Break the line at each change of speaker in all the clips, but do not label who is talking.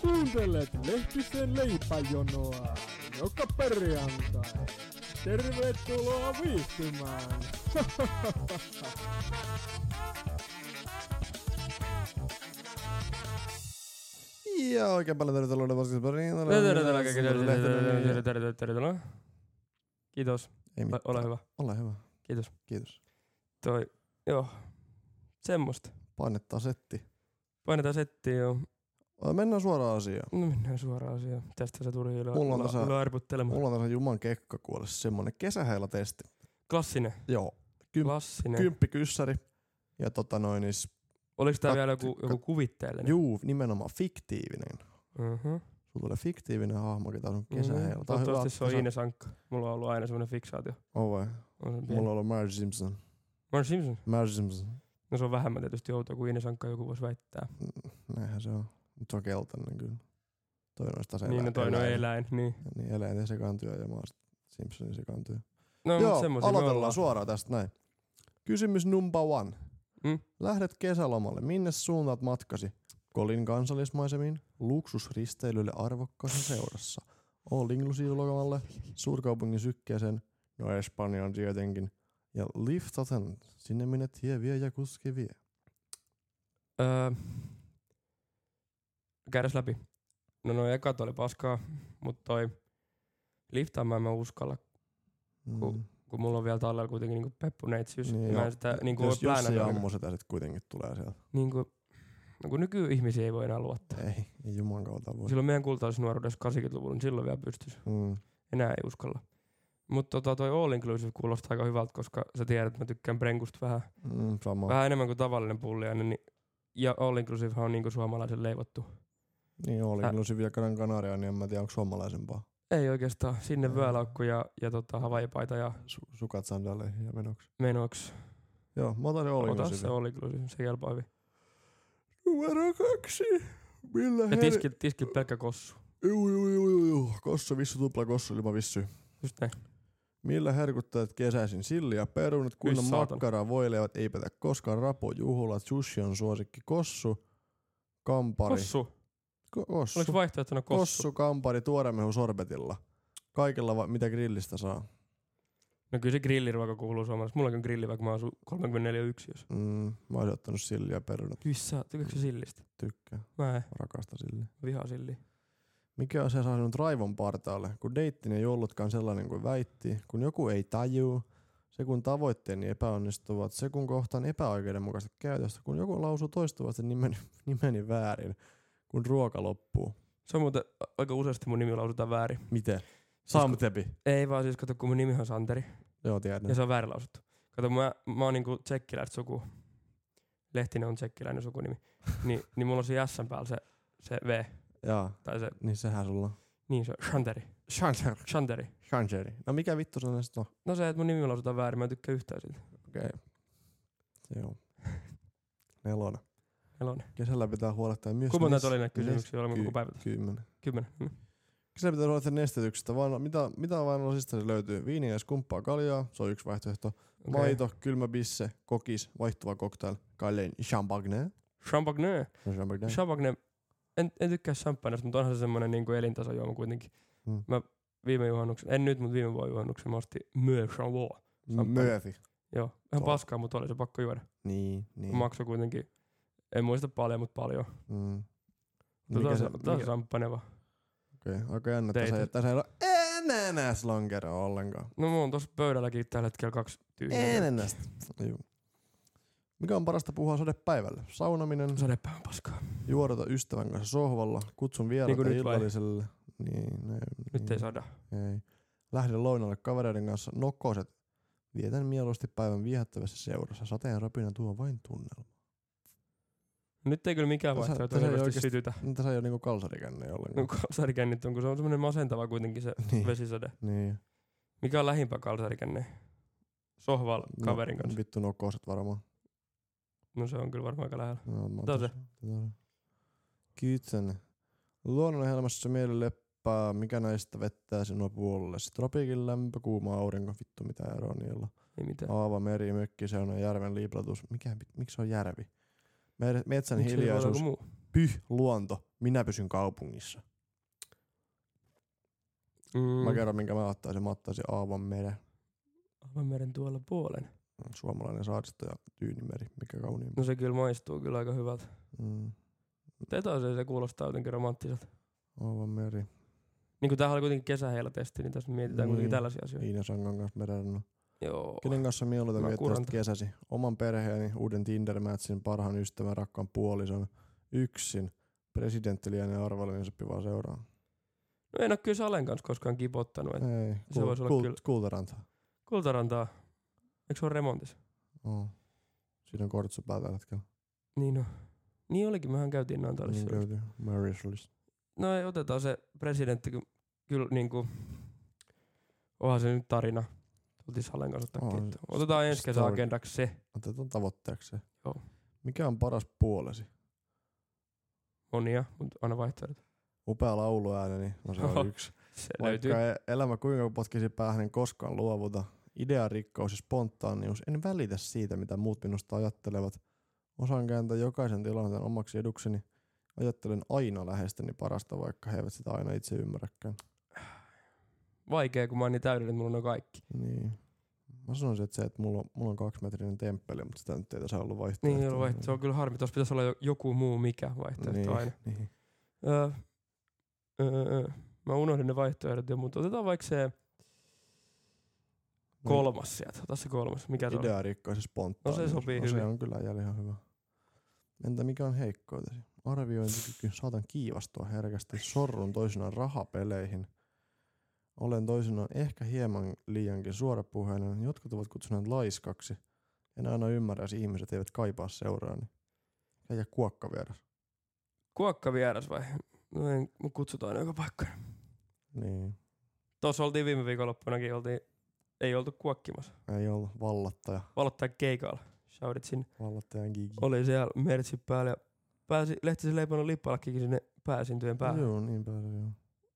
Kuuntelet lehtisen leipäjonoa joka perjantai. Tervetuloa viihtymään!
Ja oikein paljon tervetuloa Uuden Paskas pariin.
Tervetuloa kaikki.
niin-
Tervetuloa, tervetuloa, tervetuloa. Kiitos.
Ei
Ole-
mitään.
Ole hyvä.
Ole hyvä.
Kiitos.
Kiitos.
Toi, joo. Semmosta.
Painettaa setti.
Painetaan settiä joo.
Ö, Mennään suoraan asiaan.
No mennään suoraan asiaan. Tästä se tuli ilo,
Mulla on
ilo,
tässä-
ilo arputtelemaan.
Mulla on tässä Juman kekka kuolessa semmonen kesäheilatesti.
Klassinen.
Joo. Kym-
Klassinen.
Kymppi kyssäri. Ja tota noin, niin s-
Oliko tää
kat-
vielä joku, joku
kat-
kuvitteellinen?
juu, nimenomaan fiktiivinen.
Mhm.
Sulla tulee fiktiivinen hahmo, ketä on
Mm.
kesäheila. Tää on hyvä.
Toivottavasti se on
Tässä-
Ines Ankka. Mulla on ollut aina semmoinen fiksaatio.
On Oh, vai?
On se pieni.
Mulla on ollut Marge Simpson.
Marge Simpson.
Marge Simpson.
No se on vähemmän tietysti outoa kuin Ines Ankka joku voisi väittää.
Mm, Näinhän se on. Mut se on keltainen kyllä. Toinen on sitä
niin, no toinen on eläin. Niin.
Niin, eläinten sekaantyjä ja mä oon sit Simpsonin sekaantyjä.
No, mut
Joo,
semmosia me
aloitellaan
ollaan.
suoraan tästä näin. Kysymys number one.
Mm.
Lähdet kesälomalle. Minne suuntaat matkasi? Kolin kansallismaisemiin, luksusristeilylle arvokkaassa seurassa, all inclusive lokamalle, suurkaupungin sykkeeseen, no Espanjaan tietenkin, ja liftaten sinne minne tie vie ja kuski vie.
Öö, käydäs läpi. No noi ekat oli paskaa, mutta toi liftaa mä en mä uskalla, Ku- kun mulla on vielä tallella kuitenkin niinku peppuneitsiys. Niin mä
Mm, joo.
en sitä niinku
No, jos,
ole
jos se
pläänannut.
ammu sitä sit kuitenkin tulee sieltä.
Niinku, no kun nykyihmisiä ei voi enää luottaa.
Ei, ei juman kautta voi.
Silloin meidän kultaisnuoruudessa 80-luvulla, niin silloin vielä pystyisi.
Mm.
Enää ei uskalla. Mutta tota, toi all inclusive kuulostaa aika hyvältä, koska sä tiedät, että mä tykkään prenkusta vähän,
Mm, sama.
vähän enemmän kuin tavallinen pulliainen. Niin, ja all inclusive on niinku suomalaisen leivottu.
Niin oli
Ä-
inclusive ja Gran Canaria, niin en mä tiedä onko suomalaisempaa.
Ei oikeastaan. Sinne
Joo.
vyölaukku ja, ja tota, havaipaita ja
Su- sukat sandaleihin ja menoksi.
menoks.
Joo, mä otan ne all
Ota se
inclusive.
oli kyllä, se kelpaa hyvin.
Numero kaksi. Millä
Ja
her...
tiskit, tiskit pelkkä kossu.
Juu, juu, juu, juu, juu. Kossu, vissu, tupla, kossu, ilma, vissy.
Just näin.
Millä herkuttajat kesäisin silli ja perunat, kunnon
Hyi saatana.
makkaraa, voileivät, ei petä koskaan rapo, juhlat, sushi on suosikki, kossu, kampari.
Kossu.
Ko- kossu.
Oliko vaihtoehtona
kossu?
kossu?
kampari, tuoremehu sorbetilla. Kaikella va- mitä grillistä saa.
No kyllä se grilliruoka kuuluu suomalaisessa. Mulla on grilli, vaikka mä asun 34 yksiössä.
Mm, mä oisin ottanut silli ja perunat.
Hyssä, tykkääkö sä sillistä?
Tykkää.
Mä en,
Rakasta silli.
vihaa silliä.
Mikä asia saa sinut raivon partaalle, kun deittini ei ollutkaan sellainen kuin väitti, kun joku ei tajuu, se kun tavoitteeni epäonnistuvat, se kun kohtaan epäoikeudenmukaista käytöstä, kun joku lausuu toistuvasti niin nimeni, nimeni väärin, kun ruoka loppuu.
Se on muuten aika useasti mun nimi lausutaan väärin.
Miten?
kun-
Samtepi.
Ei vaan siis, kato kun mun nimi on Santeri.
Joo, tiedän.
Ja se on väärin lausuttu. Kato, mä, mä oon niinku tsekkiläistä suku. Lehtinen on tsekkiläinen sukunimi. Ni, niin mulla on se jässän päällä se, se V.
Jaa,
Tai se,
niin sehän sulla on.
niin se, Shanteri.
Changer.
Shanteri.
Changeri. No mikä vittu se on sitten on?
No se, että mun nimi lausutaan väärin, mä en tykkää yhtään siitä.
Okei. Joo. Nelona.
Nelonen.
Kesällä pitää huolehtia myös...
Kumman näitä
nes-
oli näitä
nes-
kysymyksiä olemaan koko
ky-
päivä tässä?
Kymmenen.
Kymmenen. Mm.
Kesä pitää huolehtia nestetyksestä, vaan mitä, mitä vain lasista se löytyy. Viiniä ja skumppaa kaljaa, se on yksi vaihtoehto. Okay.
Okei.
Maito, kylmä bisse, kokis, vaihtuva cocktail, kalleen champagne.
Champagne.
No, champagne.
Champagne. En, en tykkää champagneista, mutta onhan se semmonen niinku elintasojuoma kuitenkin.
Mm.
Mä viime juhannuksen, en nyt, mutta viime vuoden juhannuksen mä ostin Mö Chamboa. champagne.
Mööfi.
Joo, ihan
Tuo.
paskaa, mutta oli se pakko juoda.
Niin, niin.
Niin. Maksoi kuitenkin, en muista paljon, mutta paljon.
mm.
Tota
Mikä
se,
se,
tota se
mikä?
champagne vaan.
Okei, aika jännä, että tässä ei,
Teitä.
tässä ei ole enenäs lonkeroa ollenkaan.
No mulla on tossa pöydälläkin tällä hetkellä kaksi tyhjää.
Enenäs. Juu. Mikä on parasta puhua sadepäivällä? Saunaminen,
Sadepää on paskaa.
juodata ystävän kanssa sohvalla, kutsun vieraita
Niinku nyt vai?
illalliselle. Niin, ne,
Nyt
niin.
ei sada.
Ei. Lähden lounalle kavereiden kanssa nokoset. Vietän mieluusti päivän viehättävässä seurassa. Sateen rapina tuo vain tunnelma.
Nyt ei kyllä mikään
Tässä-
vaihtoehto
tässä ei
selvästi
oikeesti-
sytytä.
No, tässä ei ole niinku kalsarikänne ollenkaan.
No kalsarikännit on, kun se on semmoinen masentava kuitenkin se
niin.
vesisade.
niin.
Mikä on lähimpä kalsarikänne? Sohval kaverin
No,
kanssa.
vittu nokoset varmaan.
No se on kyllä varmaan aika lähellä. Tota,
No, mä oon
Tää on se.
tässä. Tää on se. Kytsen. Luonnon helmassa mieli leppää, mikä näistä vettää sinua puolellesi. Tropiikin lämpö, kuuma aurinko, vittu mitä eroa niillä.
Ei mitään.
Aava, meri, mökki, se on järven liiplatus. Mikä, miksi se on järvi? Mer- metsän
Miksi ei voi olla
hiljaisuus.
joku muu?
Pyh, luonto, minä pysyn kaupungissa.
Mm.
Mä kerron, minkä mä ottaisin. Mä ottaisin Aavan meren.
Avoimeren tuolla puolen.
Suomalainen saaristo ja Tyynimeri, mikä kauniimpi.
No se kyllä maistuu kyllä aika hyvältä.
Mm.
Tetaiseen se kuulostaa jotenkin romanttiselta.
Aavan meri.
Niin kuin tämähän oli kuitenkin kesäheilatesti, niin tässä
Niin.
mietitään niin. kuitenkin tällaisia asioita.
Iina Sangan kanssa merenrannan.
Oh, Joo.
Kenen kanssa mieluiten
Mä
viettää
kuranta.
sit kesäsi? Oman perheeni, uuden Tinder-mätsin, parhaan ystävän, rakkaan puolison, yksin. Presidentti lienee arvailujen sopivaa seuraa.
No en ole kyllä Salen kanssa koskaan kipottanut. Et
Ei,
se
kuul-
voisi olla
kuul-
kyllä-
kultaranta.
kultarantaa. Eikö se ole remontissa?
Oo. Siinä on kortsu päällä tällä hetkellä.
Niin no. Niin olikin, mehän käytiin Naantalissa.
Niin
Niin
löytyy. Marriage list.
no ei, otetaan se presidentti, ky- kyllä niin kuin, onhan se nyt tarina. Tultiin Salen kanssa ottaa
Onhan
kiitto.
se
Otetaan ensi kesän
story.
agendaksi se.
Otetaan tavoitteeksi. se.
Joo.
Mikä on paras puolesi?
Monia, mutta aina vaihtoehdot.
Upea lauluääneni, no se
Oho.
on yksi.
Se löytyy.
Vaikka e- elämä kuinka potkisi päähän, en koskaan luovuta. Idea, rikkaus ja spontaanius. En välitä siitä, mitä muut minusta ajattelevat. Osaan kääntää jokaisen tilanteen omaksi edukseni. Ajattelen aina läheisteni parasta, vaikka he eivät sitä aina itse ymmärräkään.
Vaikea, kun mä oon niin täydellinen, mulla on ne kaikki.
Niin. Mä sanoisin, että se, että mulla on, mulla on kaksimetrinen temppeli, mutta sitä nyt ei tässä ollut vaihtoehtoa.
Niin, vaihtoehto. se on kyllä harmi. Tuossa pitäisi olla jo- joku muu mikä vaihtoehto
niin,
niin. aina.
Niin.
Öö, öö, öö. Mä unohdin ne vaihtoehdot jo, mutta otetaan vaikka se kolmas sieltä. Ota se kolmas. Mikä se on?
Idea rikkaus ja spontaanius.
No se sopii
no, se
hyvin.
on kyllä jäljellä ihan hyvä. Entä mikä on heikkoutesi? Arviointikyky. Saatan kiivastua herkästi. Sorrun toisinaan rahapeleihin. Olen toisinaan ehkä hieman liiankin suorapuheinen. Jotkut ovat kutsuneet laiskaksi. En aina ymmärrä, jos ihmiset eivät kaipaa seuraani. Eikä kuokka vieras.
Kuokka vieras vai? No en, me kutsutaan joka paikka.
Niin.
Tuossa oltiin viime viikonloppunakin, oltiin, ei oltu kuokkimassa.
Ei olla vallattaja.
Valottaa keikalla. Shoutit sinne.
Vallattajan gigi.
Oli siellä mertsi päällä ja pääsi, lehtisen leipannut lippallakin sinne pääsintyjen päähän.
Joo, niin pääsee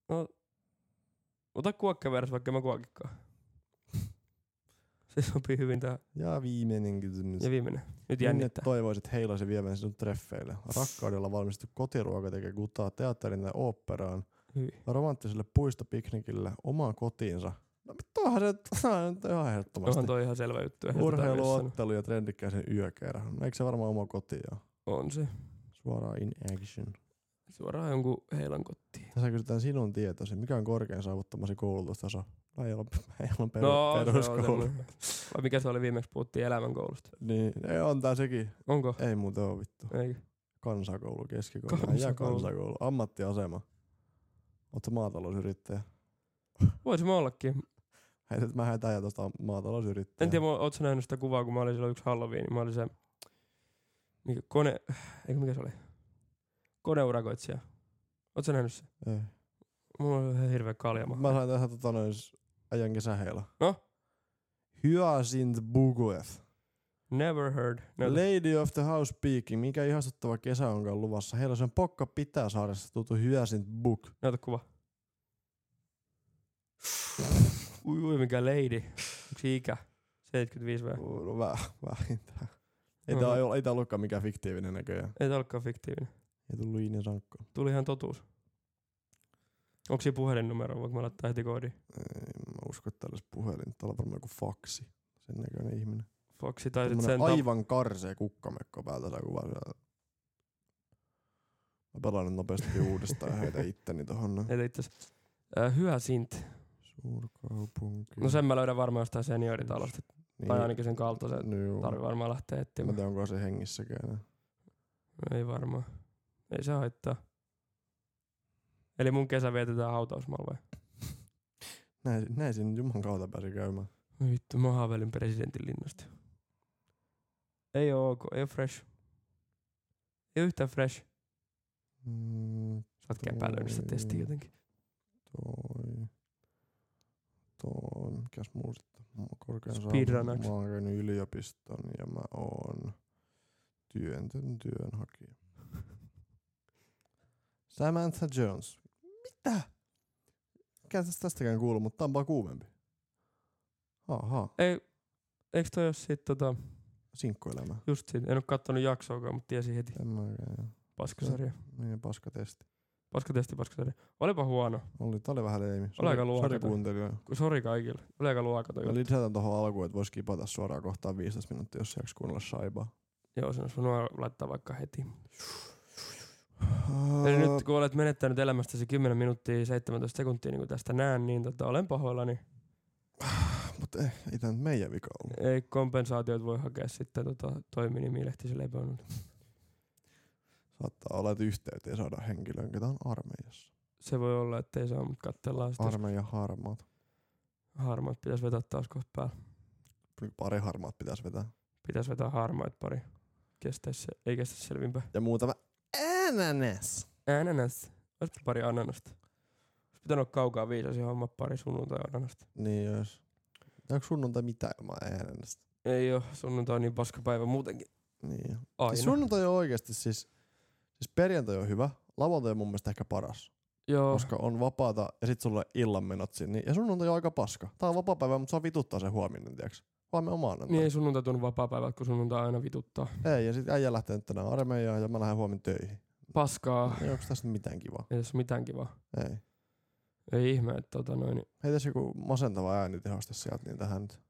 joo.
Ota kuokka vieras, vaikka en mä kuokikkaan. se sopii hyvin tähän.
Ja viimeinen kysymys.
Ja viimeinen. Nyt
Minne
jännittää.
toivoisit heilaisen vievän sinut treffeille? Rakkaudella valmistettu kotiruoka tekee kutaa teatterin tai oopperaan,
Hyvin.
romanttiselle puistopiknikille, omaan kotiinsa. No mutta onhan se onhan se nyt ihan ehdottomasti.
Onhan toi ihan selvä juttu. eihän sitä tarvitse sanoa.
Urheiluottelu ja trendikkäisen yökerho. No, eikö se varmaan oma koti ole?
On se.
Suoraan in action.
Suoraan jonkun heilan kotiin.
Tässä kysytään sinun tietosi. Mikä on korkein saavuttamasi koulutustaso? No ei ole, ei ole peru,
No, se on
peruskoulu.
semmoinen. Vai mikä se oli viimeksi? Puhuttiin elämänkoulusta.
Niin, ei, on tää sekin.
Onko?
Ei muuten ole vittu.
Eikö?
Kansakoulu, keskikoulu ja
Kansakoulu.
kansakoulu. Ammattiasema. Oletko maatalousyrittäjä?
Voisi mä ollakin.
Heität, mä heitän ja tuosta maatalousyrittäjä.
En tiedä, mä- oot sä nähnyt sitä kuvaa, kun mä olin silloin yksi Halloween. niin Mä olin se... Mikä, kone... Eikö mikä se oli? Koneurakoitsija. Oot sä nähnyt se?
Ei.
Mulla on ihan hirveä kaljama.
Mä sain tähän tota noin s- äijän kesäheila.
No?
Hyacinth Bugueth.
Never heard. No,
Lady of the House Peaking. Mikä ihastuttava kesä onkaan luvassa. Heillä on Pokka Pitäsaaressa tuttu Hyacinth Bug.
näytä kuva. Ui, ui, mikä lady. Onks se ikä? 75 vai?
No, Väh, vähintään. Ei,
No,
tää,
no.
ei, ole- ei tää ollutkaan mikään fiktiivinen näköjään.
Ei tää olekaan fiktiivinen.
Ei tullut Iinen Sankko.
Tuli ihan totuus. Onko siinä puhelinnumero, vaikka mä laittaa heti koodi?
Ei, mä usko, että tällä olisi puhelin. Täällä on varmaan joku faksi. Sen näköinen ihminen.
Foxi tai sit sen
Tämmönen
aiv-
aivan karsee kukkamekko päältä saa kuvaa siellä. Mä pelaan nyt nopeasti uudestaan ja heitä itteni tohon. noin.
Eli itse äh, hyvä sint.
Suurkaupunki.
No sen mä löydän varmaan jostain senioritalosta.
niin,
Tai ainakin sen kaltaisen.
no juu.
Tarvi varmaan lähteä
Mä
etsimään.
tiedän, onko se hengissäkään. enää.
Ei varmaan. Ei se haittaa. Eli mun kesä vietetään hautausmaalla vai?
Näin, näin sinne Juman kautta pääsi käymään.
Oi Vittu, mä haaveilin presidentin linnasta. Ei oo ok, ei oo fresh. Ei oo yhtään fresh.
Mm,
Sä oot käpälöinyt sitä testiä jotenkin.
toi. Toi. Mikäs muu sitten? Mä oon korkean
Speedrunner.
saavu- Mä oon käynyt yliopiston ja mä oon työntön työnhakija. Samantha Jones. Mitä? Mikä tästä tästäkään kuulu, mutta tää on vaan kuumempi. Aha,
Ei, eiks toi oo sit tota,
sinkkuelämä.
just siitä, en oo kattonut jaksoakaan, mutta tiesin heti.
En mäkään. joo.
Paskasarja.
Niin, paska testi.
Paskatesti, paskasarja. Olipa huono.
Oli, tää oli vähän leimi.
Oli aika luokata.
Sori kuuntelijoille.
Ku- Sori kaikille. Oli aika luokaton
Ja
juttu.
lisätään tuohon alkuun, että voisi kipata suoraan kohtaan 15 minuuttia, jos jaksa kuunnella saibaa.
Joo, sen olisi voinut laittaa vaikka heti. Eli nyt kun olet menettänyt elämästäsi 10 minuuttia 17 sekuntia, niin kuin tästä näen, niin tota, olen pahoillani.
Mutta ei, ei tää nyt meidän vika ollut.
Ei kompensaatioita voi hakea sitten tota, toiminimi Lehtisen leipöön.
Saattaa olla, että yhteyteen saadaan henkilöön, ketä on armeijassa.
Se voi olla, että ei saa, mutta katsellaan sitten. jos
Armeijan harmaat.
Harmaat pitäisi vetää taas kohta päälle.
Kyllä Niin, Pari harmaat pitäisi vetää.
Pitäisi vetää harmaat pari. Kestäisi, se- ei kestä selvinpäin.
Ja muutama ananas.
Ananas. Olisiko pari ananasta? Olisi pitänyt olla kaukaa viisas ja homma pari sunnuntai ananasta.
Niin jos. Onko sunnuntai mitään ilman ananasta?
Ei oo, sunnuntai on niin paska päivä muutenkin.
Niin.
Aina.
Siis sunnuntai on oikeasti siis, siis perjantai on hyvä, lauantai on mun mielestä ehkä paras,
Joo,
oh. koska on vapaata ja sit sulla on illan menot siinä. Niin, ja sunnuntai on aika paska. Tää on vapaa päivä, mutta saa vituttaa se huominen, tiiäks. Huomenna on maanantai.
niin ei sunnuntai tunnu vapaa kun sunnuntai aina vituttaa.
Ei, ja sit äijä lähtee nyt tänään armeijaan ja mä lähden huomenna töihin.
Paskaa.
Ei onks tässä nyt mitään kivaa?
Ei tässä mitään kivaa.
Ei.
Ei ihme, että tota noin.
Hei tässä joku masentava äänitehoste sieltä niin tähän nyt.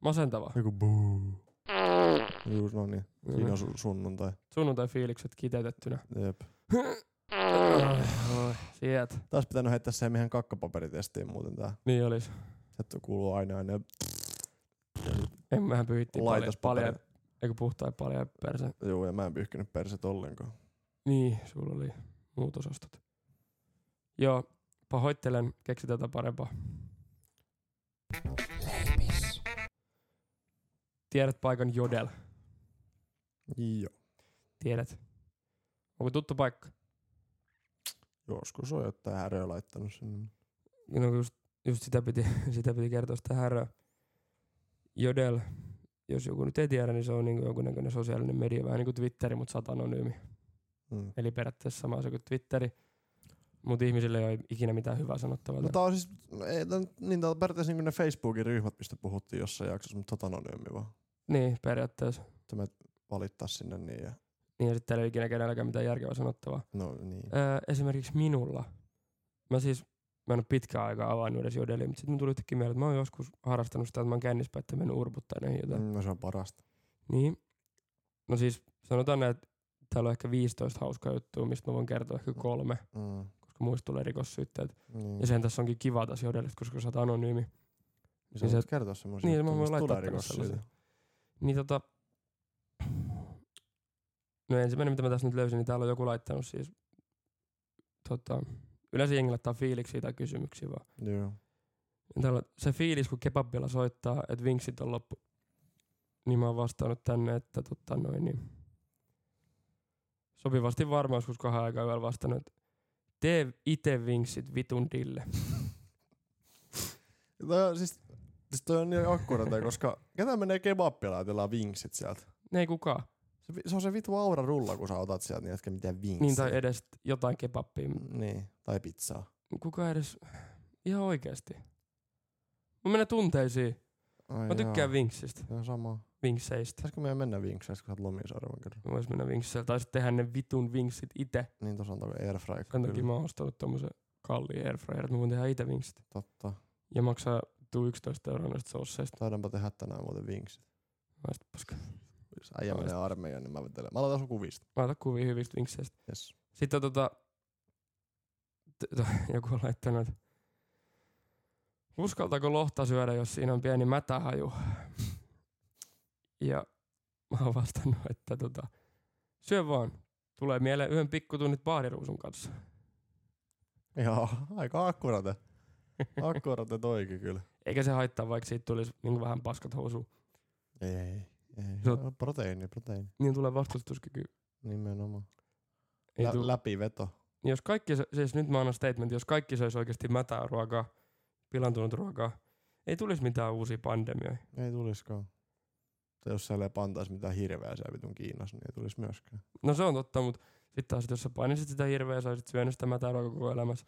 Masentava.
Joku buu. Juus, no niin. Siinä
Mm.
on su- sunnuntai.
Sunnuntai fiilikset kiteytettynä.
Jep.
Oi, Siet.
Taas pitänyt heittää se meidän kakkapaperitestiin muuten tää.
Niin olis.
Se kuuluu aina aina.
En mähän pyhittiin paljon,
Laitos
paljon, eikö puhtain paljon perse.
Joo, ja mä en pyyhkinyt perset ollenkaan.
Niin, sulla oli muut osastot. Joo, pahoittelen, keksi tätä parempaa. Tiedät paikan Jodel.
Joo.
Tiedät. Onko tuttu paikka?
Joskus on jotain häröä laittanut sinne.
No just, just sitä, piti, sitä piti kertoa sitä häröä. Jodel, jos joku nyt ei tiedä, niin se on niin jonkunnäköinen sosiaalinen media, vähän niin kuin Twitteri, mutta sata anonyymi.
Mm.
Eli periaatteessa sama asia kuin Twitteri, mutta ihmisille ei ole ikinä mitään hyvää sanottavaa.
No tää on siis, no ei, tää, nyt- niin tää on periaatteessa niinku ne Facebookin ryhmät, mistä puhuttiin jossain jaksossa, mutta tota anonyymi vaan.
Niin, periaatteessa.
Valittaa sinne niin ja,
Niin ja sitten täällä ei ole ikinä kenelläkään mitään järkevää sanottavaa.
no niin.
Öö, esimerkiksi minulla. Mä siis, mä en ole pitkään aikaa avannut edes Jodelia, mutta sitten mun tuli yhtäkkiä mieleen, että mä oon joskus harrastanut sitä, että mä oon kännispä, että mennyt urputtaa näihin jotain.
Mm, no se on parasta.
Niin. No siis sanotaan näin, että täällä on ehkä 15 hauskaa juttua, mistä mä voin kertoa ehkä kolme,
Mm.
koska muista tulee rikossyytteet.
Niin.
Ja sen tässä onkin kiva tässä jodelista, koska sä oot anonyymi.
Niin
niin
sä
se-
voit kertoa semmoisia.
niin, mä
juttuja,
voin
mistä
laittaa
tulee
tänne
rikossyitä.
sellaisia. Niin tota... No ensimmäinen, mitä mä tässä nyt löysin, niin täällä on joku laittanut siis... Tota, yleensä jengi laittaa fiiliksiä tai kysymyksiä vaan.
Joo.
Ja Täällä on Niin se fiilis, kun kebabilla soittaa, että vinksit on loppu. Niin mä oon vastannut tänne, että tota noin niin. Sopivasti varmaan joskus kahden aikaa yöllä vastannut, että tee ite vinksit vitun dille.
Toi, on siis, siis toi on niin akkurateja, koska ketä menee kebappilaatilla vinksit sieltä?
Ne ei kukaan.
Se, vi- se on se vitu aura rulla, kun sä otat sieltä, niin etkä mitään vinksit.
Niin tai edes jotain kebabia.
Niin, tai pizzaa.
Kuka edes... Ihan oikeesti. Mä menen tunteisiin.
Ai
Mä tykkään
jaa.
vinksistä.
Joo, sama.
Vinkseistä.
Pitäisikö meidän mennä vinkseiksi, kun sä oot lomia seuraavan kerran?
Mä vois mennä vinkseillä. Tai sitten tehdä ne vitun vinksit ite.
Niin tossa on toi airfryer.
Sen takia
kyllä.
mä oon ostanut tommosen kalliin airfryer, että mä voin tehdä ite vinksit.
Totta.
Ja maksaa tuu 11 euroa näistä sosseista.
Taidaanpa tehdä tänään muuten vinksit.
Mä sit paska.
Jos äijä
Mä
menee armeijaan, niin mä vetelen. Mä laitan sun kuvista.
Mä otan kuvia hyvistä vinkseistä.
Yes.
Sitten tota... t- t- Joku on laittanut, että uskaltaako lohta syödä, jos siinä on pieni mätähaju? Ja mä oon vastannut, että tota, syö vaan. Tulee mieleen yhden pikkutunnit baariruusun kanssa.
Joo, aika akkurate. Akkurate toikin kyllä.
Eikä se haittaa, vaikka siitä tulisi niin vähän paskat housuun.
Ei, ei. ei.
Se on-
No, proteiini, proteiini.
Niin tulee vastustuskyky.
Nimenomaan.
Ei
Lä-
tuu-
läpiveto.
Niin jos kaikki, sö- siis nyt mä annan statement, jos kaikki söisi oikeasti mätää ruokaa, pilantunut ruokaa, ei tulisi mitään uusia pandemioita.
Ei tuliskaan. Tai jos siellä ei pantaisi mitään hirveä siellä vitun Kiinassa, niin ei tulisi myöskään.
No se on totta, mutta sitten taas, jos sä painisit sitä hirveä ja saisit syönyt sitä mätää ruokaa koko elämässä,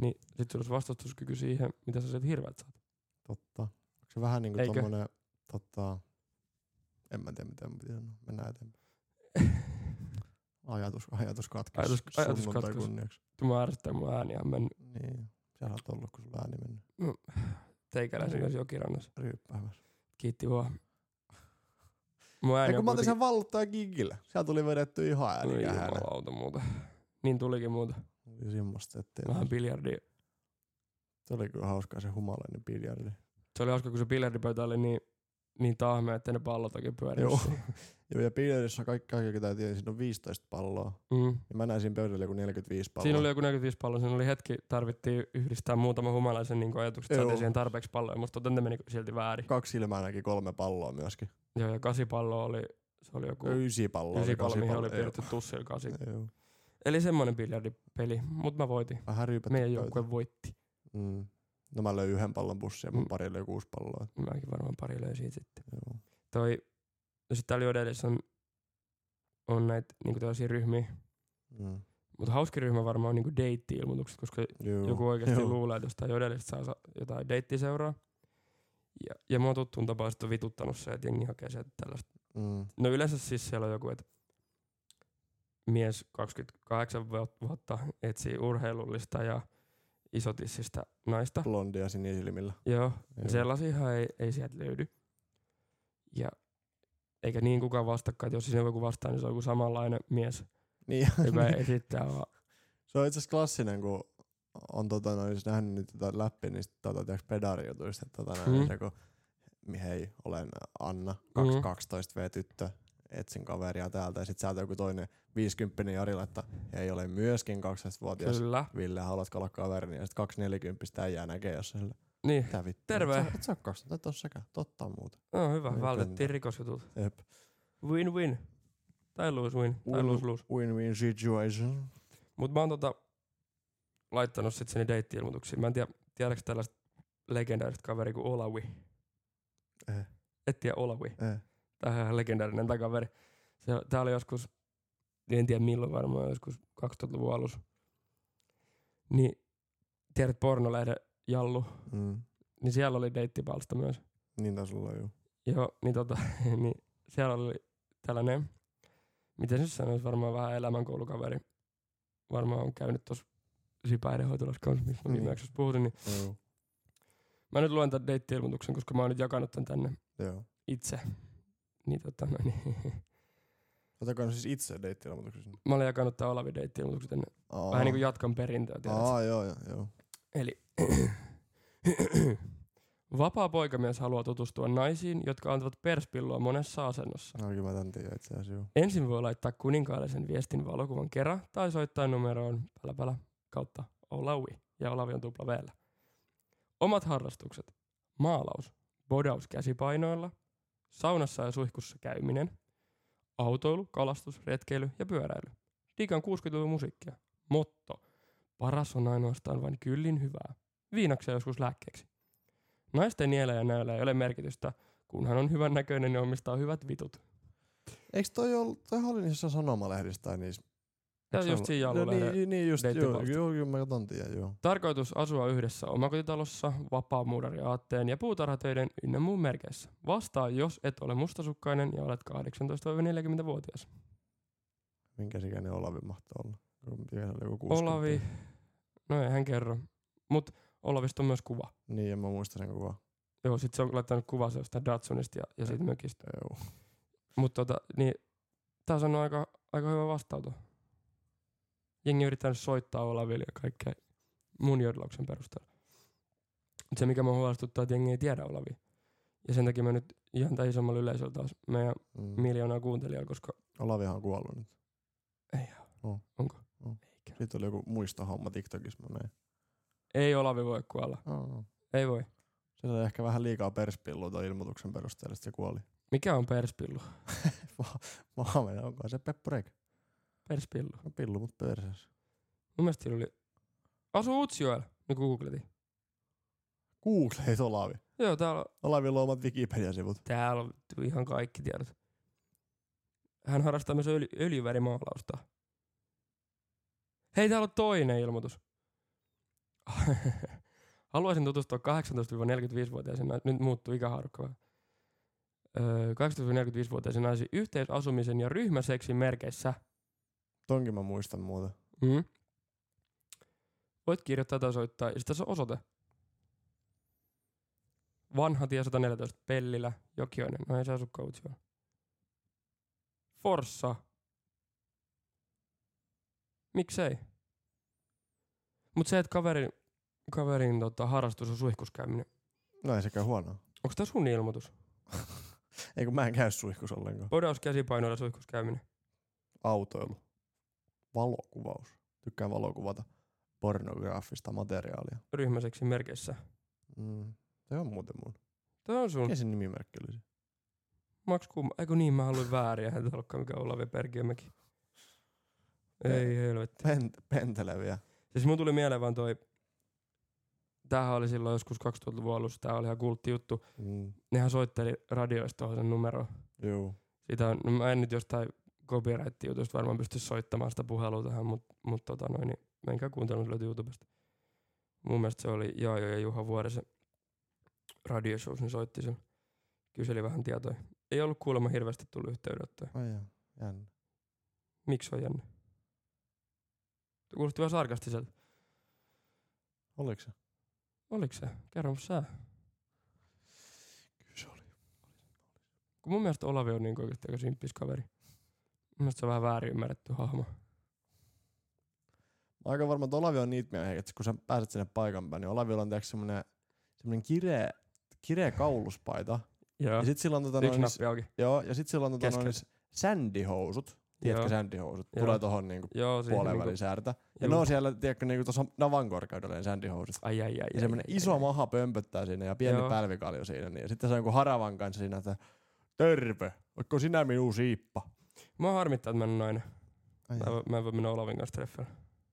niin sitten sulla olisi vastustuskyky siihen, mitä sä sieltä hirveät saat.
Totta. Onko se vähän niinku
Eikö?
tommonen, tota, en mä tiedä miten mä tiedän, mennään eteenpäin. Ajatus, ajatus katkesi
Ajatus- ajatus
sunnuntai
katkesi.
kunniaksi.
Mä ärsyttää mun ääni on mennyt
Niin. Sä oot ollut, kun sulla ääni mennyt
teikäläisen jos jokirannassa.
ryyppäämässä.
Kiitti vaan. Mun ääni
Eikö
on
mä otin
kuitenkin...
sen vallottaja gigillä. Siellä tuli vedetty ihan ääni
Oi
kähäinen.
jumalauta muuta. Niin tulikin muuta.
Oli semmoista, ettei.
Vähän biljardi.
Se oli kyllä hauskaa se humalainen biljardi.
Se oli hauska, kun se biljardipöytä oli niin, niin tahmea, että ne pallotakin pyörii.
Joo. Joo, ja biljardissa on kaikki, kaikki jotka täytyy, siinä on 15 palloa.
Mm.
Ja Niin mä näin siinä pöydällä joku 45 palloa.
Siinä oli joku 45 palloa, siinä oli hetki, tarvittiin yhdistää muutama humalaisen niin ajatukset,
Joo.
saatiin siihen tarpeeksi palloa, mutta totta ne meni silti väärin.
Kaksi silmää näki kolme palloa myöskin.
Joo, ja kasi palloa oli, se oli joku
Ysi palloa.
ysi pallo, mihin oli
kasipallo.
piirretty tussilla kasi.
Joo, joo.
Eli semmonen biljardipeli, mut mä voitin.
Vähän ryypätty
Meidän
pöytä.
joukkue voitti.
Mm. No mä löin yhden pallon bussia, mun
Mm.
pari löi kuusi palloa.
Mäkin varmaan pari löysin sitten.
Joo.
Toi, no sit täällä Jodedessa on, on näitä niinku tällaisia ryhmiä,
Mm.
mutta hauskin ryhmä varmaan on niinku deitti-ilmoitukset, koska
Joo.
joku oikeasti
Joo.
luulee, että jostain jodelista saa sa- jotain deittiseuraa. Ja, ja mua tuttuun tapaan sit on vituttanut se, että jengi hakee sieltä tällaista.
Mm.
No yleensä siis siellä on joku, että mies 28 vu- vuotta etsii urheilullista ja isotissista naista.
Blondia sinisilmillä.
Joo,
Joo.
sellaisiahan ei, ei sieltä löydy. Ja eikä niin kukaan vastakkain, että jos siinä on joku vastaan, niin se on joku samanlainen mies,
Niin.
joka ei esittää vaan
se on itse asiassa klassinen, kun on tota, noin, jos nähnyt niitä tota, läpi, niin sitten tota, tiiäks, pedarijutuista, että tota, näin,
Mm.
se, kun, mi- hei, olen Anna,
Mm.
212 V-tyttö, etsin kaveria täältä, ja sitten sieltä joku toinen 50 Jari laittaa, ei ole myöskin 12-vuotias.
kyllä.
Ville, haluatko olla kaverini? Ja sitten 240 äijää näkee, jos sille,
Niin,
mitä vittu.
Terve.
Et sä, no et sä ole 12 tossakaan, totta on muuta.
no hyvä,
Niin,
vältettiin
kyllä.
rikosjutut.
Jep.
Win win. Tai lose win. Tai
Win-
lose lose.
Win-win situation.
Mut mä oon tota laittanut sit sinne deitti-ilmoituksiin. Mä en tiedä, tiedäks tällaista legendaarista kaveri kuin Olawi.
Eh.
Et tiedä Olawi.
Eh.
Tää on ihan legendaarinen tää kaveri. Se, tää oli joskus, en tiedä milloin varmaan, joskus 2000-luvun alussa. Niin, tiedät pornolehden Jallu,
Mm.
niin siellä oli deittipalsta myös.
Niin taisi olla juu.
Joo, niin tota, niin siellä oli tällainen, miten se nyt sanoisi, varmaan vähän elämänkoulukaveri. Varmaan on käynyt tuossa sipäidenhoitolassa kanssa, mistä mä
Niin.
viime jaksossa puhutin. Niin
Joo.
mä nyt luen tämän deitti-ilmoituksen, koska mä oon nyt jakanut tämän tänne
Joo.
itse. Niin tota, no niin.
Otakaa siis itse deittiilmoituksessa.
Mä olen jakanut tämän Olavi deitti-ilmoituksen tänne.
Aa.
Vähän niin kuin jatkan perintöä, tiedätkö?
Aa, joo, joo, joo.
Eli vapaa poikamies haluaa tutustua naisiin, jotka antavat perspilloa monessa asennossa.
No kyllä mä tän tiedän itse asiassa, joo.
Ensin voi laittaa kuninkaallisen viestin valokuvan kerran tai soittaa numeroon pälä pälä kautta Olavi ja Olavi on tupla vielä. Omat harrastukset. Maalaus, bodaus käsipainoilla, saunassa ja suihkussa käyminen, autoilu, kalastus, retkeily ja pyöräily. Diikan 60-luvun musiikkia. Motto. Paras on ainoastaan vain kyllin hyvää. Viinaksia joskus lääkkeeksi. Naisten niellä ja näöllä ei ole merkitystä, kunhan on hyvän näköinen ja omistaa hyvät vitut.
Eiks toi ollut, toihan oli niissä sanomalehdissä tai niissä.
Ja
Eiks se
just
ollut?
siinä
no,
jalulehden
niin, niin, just, joo,
deittipalsta.
joo, joo, mä ton tiedän, joo.
Tarkoitus asua yhdessä omakotitalossa, vapaamuudari aatteen ja puutarhatöiden ynnä muun merkeissä. Vastaa, jos et ole mustasukkainen ja olet 18-40-vuotias.
Minkä ikäinen Olavi mahtaa olla? Mikä se oli joku 60?
Olavi, no ei hän kerro, mut Olavista on myös kuva.
Niin, en mä muista sen kuvaa.
Joo, sit se on laittanut kuva se jostain Datsunista ja, ja siitä mökistä.
Joo.
Mut tota, niin, tää on aika, aika hyvä vastautu. Jengi yrittää nyt soittaa Olaville ja kaikkea mun jodlauksen perusteella. Mut se mikä mä huolestuttaa, että jengi ei tiedä Olavi. Ja sen takia mä nyt ihan tämän isommalle yleisölle taas meidän
Mm.
miljoonaa kuuntelijaa, koska
Olavihan on kuollut nyt.
Ei
oo.
Onko?
On.
Eikä.
Siitä oli joku muistohomma TikTokissa mä näin.
ei Olavi voi kuolla.
Aa.
Ei voi.
Se oli ehkä vähän liikaa perspillua toi ilmoituksen perusteella, sit se kuoli.
Mikä on perspillu?
Mä menen, onko se Peppu Reik?
Perspillu.
No pillu mut perseessä.
Mun mielestä sillä oli... Asu Utsjoella, niin kuin googletin.
Googleit Olavi.
Joo, täällä on
Olavilla on omat Wikipedia-sivut.
Täällä on vittu ihan kaikki tiedot. Hän harrastaa myös öljy- öljyvärimaalausta. Hei, täällä on toinen ilmoitus. Haluaisin tutustua 18-45-vuotiaisen nais- Nyt muuttuu ikähaarukka vähän. Öö, 18-45-vuotiaisen naisiin yhteisasumisen ja ryhmäseksin merkeissä.
Tonkin mä muistan muuten.
Mm. Voit kirjoittaa tai soittaa. Ja sitten tässä on osoite. Vanha tie 114 Pellilä, Jokioinen. No ei se asu Koutioon. Forssa. Miksei? Mut se, että kaverin, kaverin tota, harrastus on suihkuskäyminen.
No ei sekään huonoa.
Onko tämä sun ilmoitus?
Ei kun mä en käy suihkus ollenkaan.
Podaus käsipainoilla suihkuskäyminen.
Autoilu. Valokuvaus. Tykkään valokuvata pornograafista materiaalia.
Ryhmäseksi merkeissä.
Mm. Se on muuten mun.
Tämä on sun.
Mikä sen nimimerkki olisi?
Maks kumma. Eiku niin, mä haluin vääriä. Ei ollutkaan mikä Olavi Perkiömäki. Ei helvetti.
Pent- penteleviä.
Siis mun tuli mieleen vaan toi... Tämähän oli silloin joskus 2000-luvun alussa. Tää oli ihan kultti juttu.
Mm.
Nehän soitteli radioista tuohon sen numeroon.
Juu.
Sitä, no mä en nyt jostain copyright-jutusta varmaan pysty soittamaan sitä puhelua tähän, mutta mut, tota noin, niin menkää kuuntelemaan, se löytyy YouTubesta. Mun mielestä se oli Jaajo ja Juha Vuorisen radioshowssa, ne soitti sen. Kyseli vähän tietoja. Ei ollut kuulemma hirveästi tullut yhteydenottoja.
Ai jaa. Jännä.
Miksi on jännä? Tuo Kuulosti vähän sarkastiselta.
Oliko se?
Oliko se? Kerro mut sä.
Kyllä se oli.
Kun mun mielestä Olavi on niin oikeasti aika simppis kaveri. Mun mielestä se on vähän väärin ymmärretty hahmo.
Mä aika varma, että Olavi on niitä miehiä, että kun sä pääset sinne paikan päälle, niin Olavilla on tiiäks semmonen, semmonen kireä, kireä kauluspaita.
Joo.
Ja sit sillä on tota
Yksi
noin,
nappi auki.
joo, ja sit sillä on tota
Keskellä.
noin sändihousut. Tiedätkö
Joo.
sändihousut?
Joo.
Tulee tohon niinku
Joo, siis
puolen
niinku-
välin säärtä. Ja
Juu.
ne on siellä, tiedätkö, niinku tuossa navan korkeudella ne sändihousut.
Ai, ai, ai.
Ja semmoinen
ai,
iso
ai,
maha pömpöttää siinä ja pieni
Joo.
Joo. pälvikaljo siinä. Niin. Ja sitten se on joku haravan kanssa siinä, että terve, ootko sinä minun siippa?
ai. Mua harmittaa, että mä en ole nainen.
Ai,
Mä, en voi- mä en voi mennä Olavin kanssa treffeille.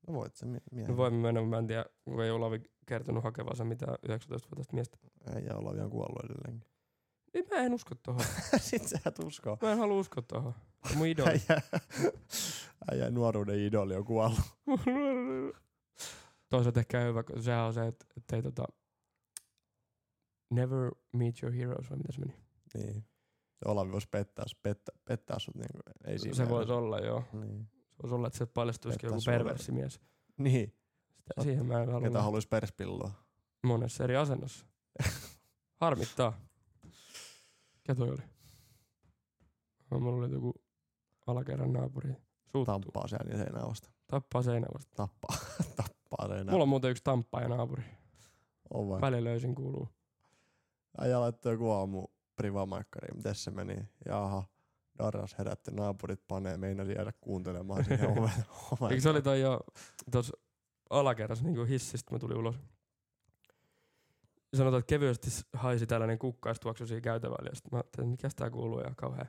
no voit se mie- mie-
Me voimme mennä, mutta mä en tiedä, kun ei Olavi kertonut hakevansa mitään 19-vuotiaista miestä.
Ei olla vielä kuollut edelleenkin.
Niin mä en usko tohon.
Sitten sä et uskoa.
Mä en halua uskoa tohon. Se on Mun idoli.
Äijä, äijä nuoruuden idoli on kuollut.
Toisaalta ehkä hyvä, kun sehän on se, että et ei tota... Never meet your heroes, vai mitä se meni?
Niin. Se Olavi voisi pettää, s- pettä, pettää sut niinku, ei siinä.
Se
mitään.
voisi olla, joo.
Niin.
Se voisi olla, että se paljastuisikin
Että
joku
se on
perversi mies.
niin.
Sitä, siihen mä en
Ketä
halua
haluaisi perspilloa?
monessa eri asennossa. Harmittaa. Ketä toi oli? No, mulla oli joku alakerran naapuri. Suuttuu.
Tamppaa siellä niin seinää vasta.
Tappaa seinä vasta.
Tappaa. Tappaa seinää.
Mulla on muuten yksi tamppaja naapuri.
on vai.
Välillä löysin kuuluu.
Äijä laittoi joku aamu privamaikkariin. Mites se meni? Jaha. Darras herätti naapurit panee. Meinasi jäädä kuuntelemaan siihen oven. oven.
Eikö se oli toi jo tuossa alakerrassa niin hissistä, mä tulin ulos. Sanotaan, että kevyesti s- haisi tällainen kukkaistuoksu siinä käytävällä. Ja sit mä ajattelin, mikä tää kuuluu ja kauhean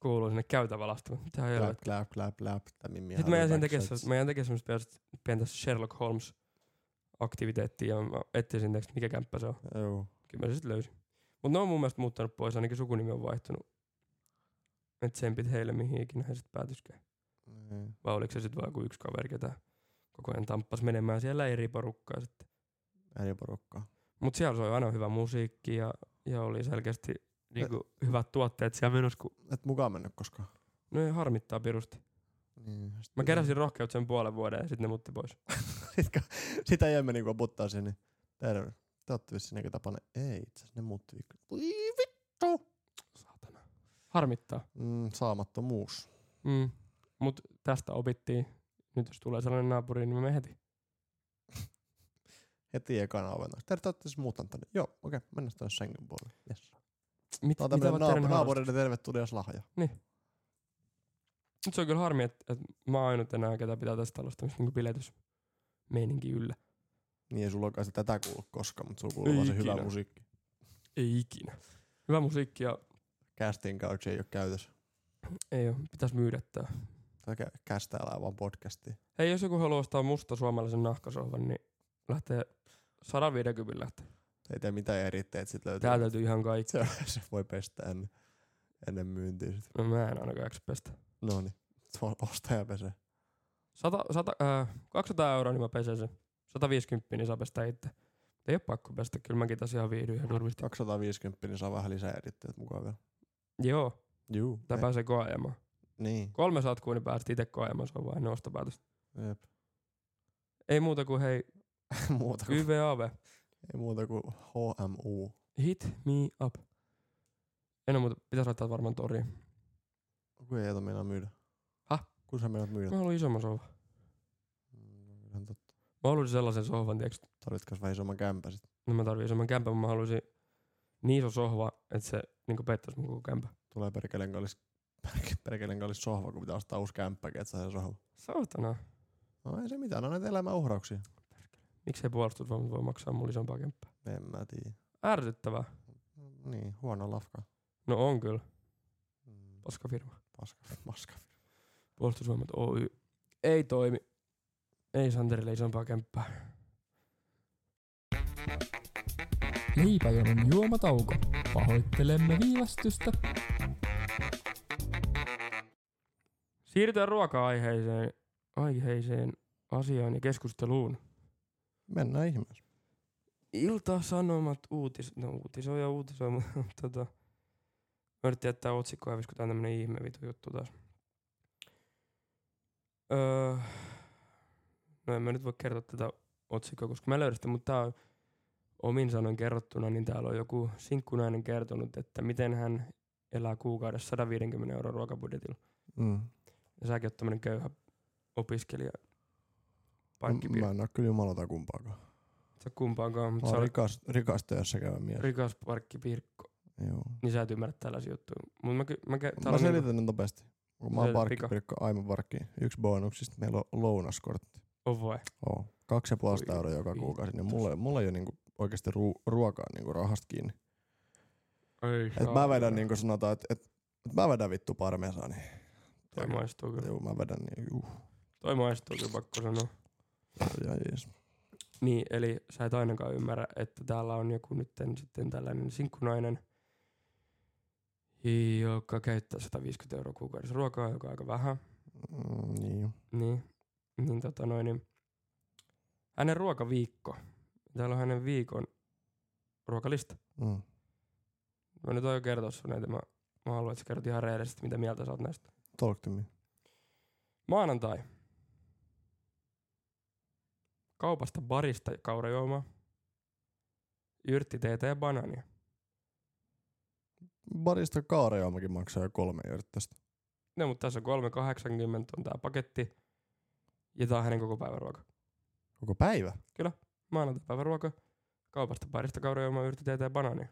kuuluu sinne käytävälasta. Mitä helvettiä.
Clap, clap, clap, clap. Tää mimmi
Sitten mä jäin
ihan
tekemään
hyväksi.
semmoista- mä jäin tekemään semmoista pientä Sherlock Holmes aktiviteettia ja mä etsin teeksi, mikä kämppä se on.
Joo.
Kyllä mä se sitten löysin. Mutta ne on mun mielestä muuttanut pois, ainakin sukunimi on vaihtunut. Et tsempit heille mihin ikinä he sitten päätyskään.
Niin.
Vai oliko se sitten vaan joku yksi kaveri, ketä koko ajan tamppas menemään siellä eri porukkaa sitten.
Eri porukkaa.
Mutta siellä soi aina hyvä musiikki ja, ja oli selkeästi niinku, hyvät tuotteet siellä menossa. Kun...
Et mukaan mennyt koskaan.
No ei harmittaa pirusti.
Niin.
Mä keräsin rohkeut sen puolen vuoden ja sitten ne mutti pois.
Sitten sitä jäi meni, kun aputtaa siihen. Niin. Terve. Te ootte vissiin näkö tapana. Ei, itse asiassa ne muutti viikko. Voi vittu.
Saatana. Harmittaa.
Mm, saamattomuus.
Mm. Mut tästä opittiin. Nyt jos tulee sellainen naapuri, niin mä menen heti.
Heti ekana ovena. Terve, te ootte siis muuttanut tänne. Joo, okei. Okay. Mennään tuonne sängyn puolelle. Yes.
Mit,
Tää on
mitä
tämmönen
mä teidän
naap-
harrastus-
naapureiden tervetulias lahja.
Nyt se on kyllä harmi, että, että mä oon ainut enää, ketä pitää tästä talosta tämmöistä niin biletysmeininki yllä.
Niin ei sulla kai sitä tätä kuulu koskaan, mutta sulla kuuluu vaan se
Ikinä.
hyvä musiikki.
Ei ikinä. Hyvä musiikki ja
Casting couch ei ole käytössä.
ei oo, pitäis myydä tää.
Tai kä- kästäillään vaan podcastia.
Hei, jos joku haluaa ostaa musta suomalaisen nahkasohvan, niin lähtee 150 lähtee.
Ei tee mitään eritteet sit löytyy.
Tää täytyy ihan kaikki.
Se, se voi pestä ennen, ennen myyntiä sit.
No mä en ainakaan jaksa pestä.
No niin. Ostaja pesee.
Sata, sata, äh, 200 euroa, niin mä pesen sen. 150, niin saa pestä itse. Ei oo pakko pestä, kyllä mäkin tässä ihan viihdyin ihan normisti.
250, niin saa vähän lisää eritteet mukaan vielä.
Joo,
Juu.
tää
ei-
pääsee koeajamaan.
Niin.
Kolme sotkua, niin pääsit itse koemaan, se on vain nostopäätös.
Jep.
Ei muuta kuin hei,
muuta kuin,
YVAV,
ei muuta kuin HMU.
hit me up. En ole muuta, pitäisi laittaa varmaan toriin.
Kun ei jätä meinaa myydä.
Häh?
Kun sä meinaat myydä.
Mä haluan isomman sohvan.
Mm, kyllähän tot-
Mä haluaisin sellaisen sohvan, tiiäks,
Tarvitkas vähän isomman kämpän sit.
no mä tarviin isomman kämpän, mutta mä haluaisin niin iso sohva, että se niinku pettäisi mun koko kämpä.
Tulee perkeleen kallis, perkeleen kallis sohva, kun pitää ostaa uusi kämppäkin, että saa sen sohva.
Saatana.
No ei se mitään, no näitä elämän uhrauksia.
Miksei puolustus vaan voi maksaa mulle isompaa kämppää?
En mä tiedä.
Ärsyttävää.
Niin, huono lafka.
No on kyllä.
Mm,
Paska firma.
Paska, paska.
Puolustusvoimat Oy. Ei toimi. Ei Santerille isompaa kämppää.
Leipäjonon juomatauko. Pahoittelemme viivästystä.
Siirrytään ruoka-aiheeseen aiheeseen asiaan ja keskusteluun.
Mennään ihmeessä.
Ilta-Sanomat uutis... No uutisoi ja uutisoi, mutta tota... Mä yritin jättää otsikkoa ja viskotaan tämmönen ihme vitu juttu taas. Öö, no en mä nyt voi kertoa tätä otsikkoa, koska mä löysin, mutta tää on omin sanoin kerrottuna, niin täällä on joku sinkkunainen kertonut, että miten hän elää kuukaudessa 150 euron ruokabudjetilla.
Mm.
Ja säkin oot tämmönen köyhä opiskelija.
M-
Pankkipiiri.
Mä en oo kyllä jumalata kumpaakaan.
Sä kumpaankaan,
Mä
mutta sä
oon
olet
rikas, rikas töissä käyvä mies.
rikas parkkipiirkko.
Joo.
niin sä et ymmärrä tällaisia juttuja. Mut mä, ky- mä,
Mä
kä- täällä on niinku,
selitän ne nopeasti. Kun mä oon
Selitä pika.
parkkipirkko, aivan parkki. Yksi bonuksista meillä on lounaskortti.
on Oh, voi.
Oo. Kaksi ja puolesta
Voi
euroa joka
vittu.
kuukausi, niin mulla, ei- mulla ei ole niinku oikeasti ruu, ruokaa niinku rahasta kiinni.
Ei
Et mä vedän niinku sanotaan, että et, et mä vedän vittu parmesani.
Toi maistuu kyllä.
Joo, mä vedän niin, juu.
Toi maistuu kyllä, pakko sanoa.
Ja jees.
Niin, eli sä et ainakaan ymmärrä, että täällä on joku nytten sitten tällainen sinkkunainen, joka käyttää 150 euroa kuukaudessa ruokaa, joka on aika vähän.
Mm, niin joo.
Niin, niin tota noin, niin hänen ruokaviikko. Täällä on hänen viikon ruokalista.
Mm.
Mä nyt aion kertoa sun näitä. Mä, mä haluan, että sä kerrot ihan rehellisesti, mitä mieltä sä oot näistä.
Talk to me.
Maanantai. Kaupasta barista kaurajuomaa. Yrttiteitä ja banaania.
Barista kaarejaamakin maksaa jo kolme yrttästä.
No, mutta tässä on 3,80 on tää paketti. Ja tää on hänen koko päivän ruoka.
Koko päivä?
Maanantai päivän ruoka. Kaupasta barista kaurajuomaa, yrttiteitä ja banaania.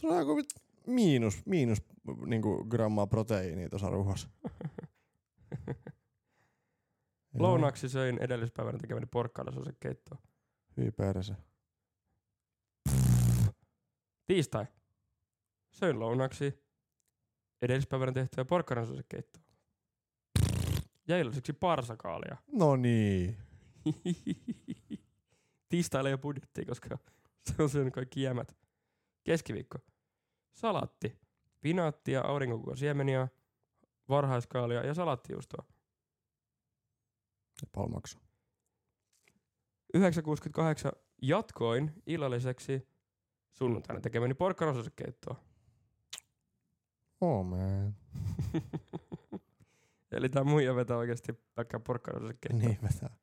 Tulee joku vit- miinus, miinus niinku grammaa proteiinia tuossa ruuassa. Joo,
Lounaksi söin edellispäivänä tekemäni porkkanasosekeittoa.
Hyi perse.
Tiistai. Söin lounaksi edellispäivänä tehtyä porkkanasosekeittoa. Ja illalliseksi parsakaalia.
No niin.
Tiistaille ei ole budjettia, koska se on syönyt kaikki jämät. Keskiviikko. Salaatti. Vinaattia, aurinkokuosiemeniä, varhaiskaalia ja salaattijuustoa.
Ja paljon maksaa.
9.68 jatkoin illalliseksi sunnuntaina tekemäni porkkanasosakeittoa.
Oh man.
Eli tämä muija vetää oikeasti pelkkää porkkanasosakeittoa.
Niin vetää.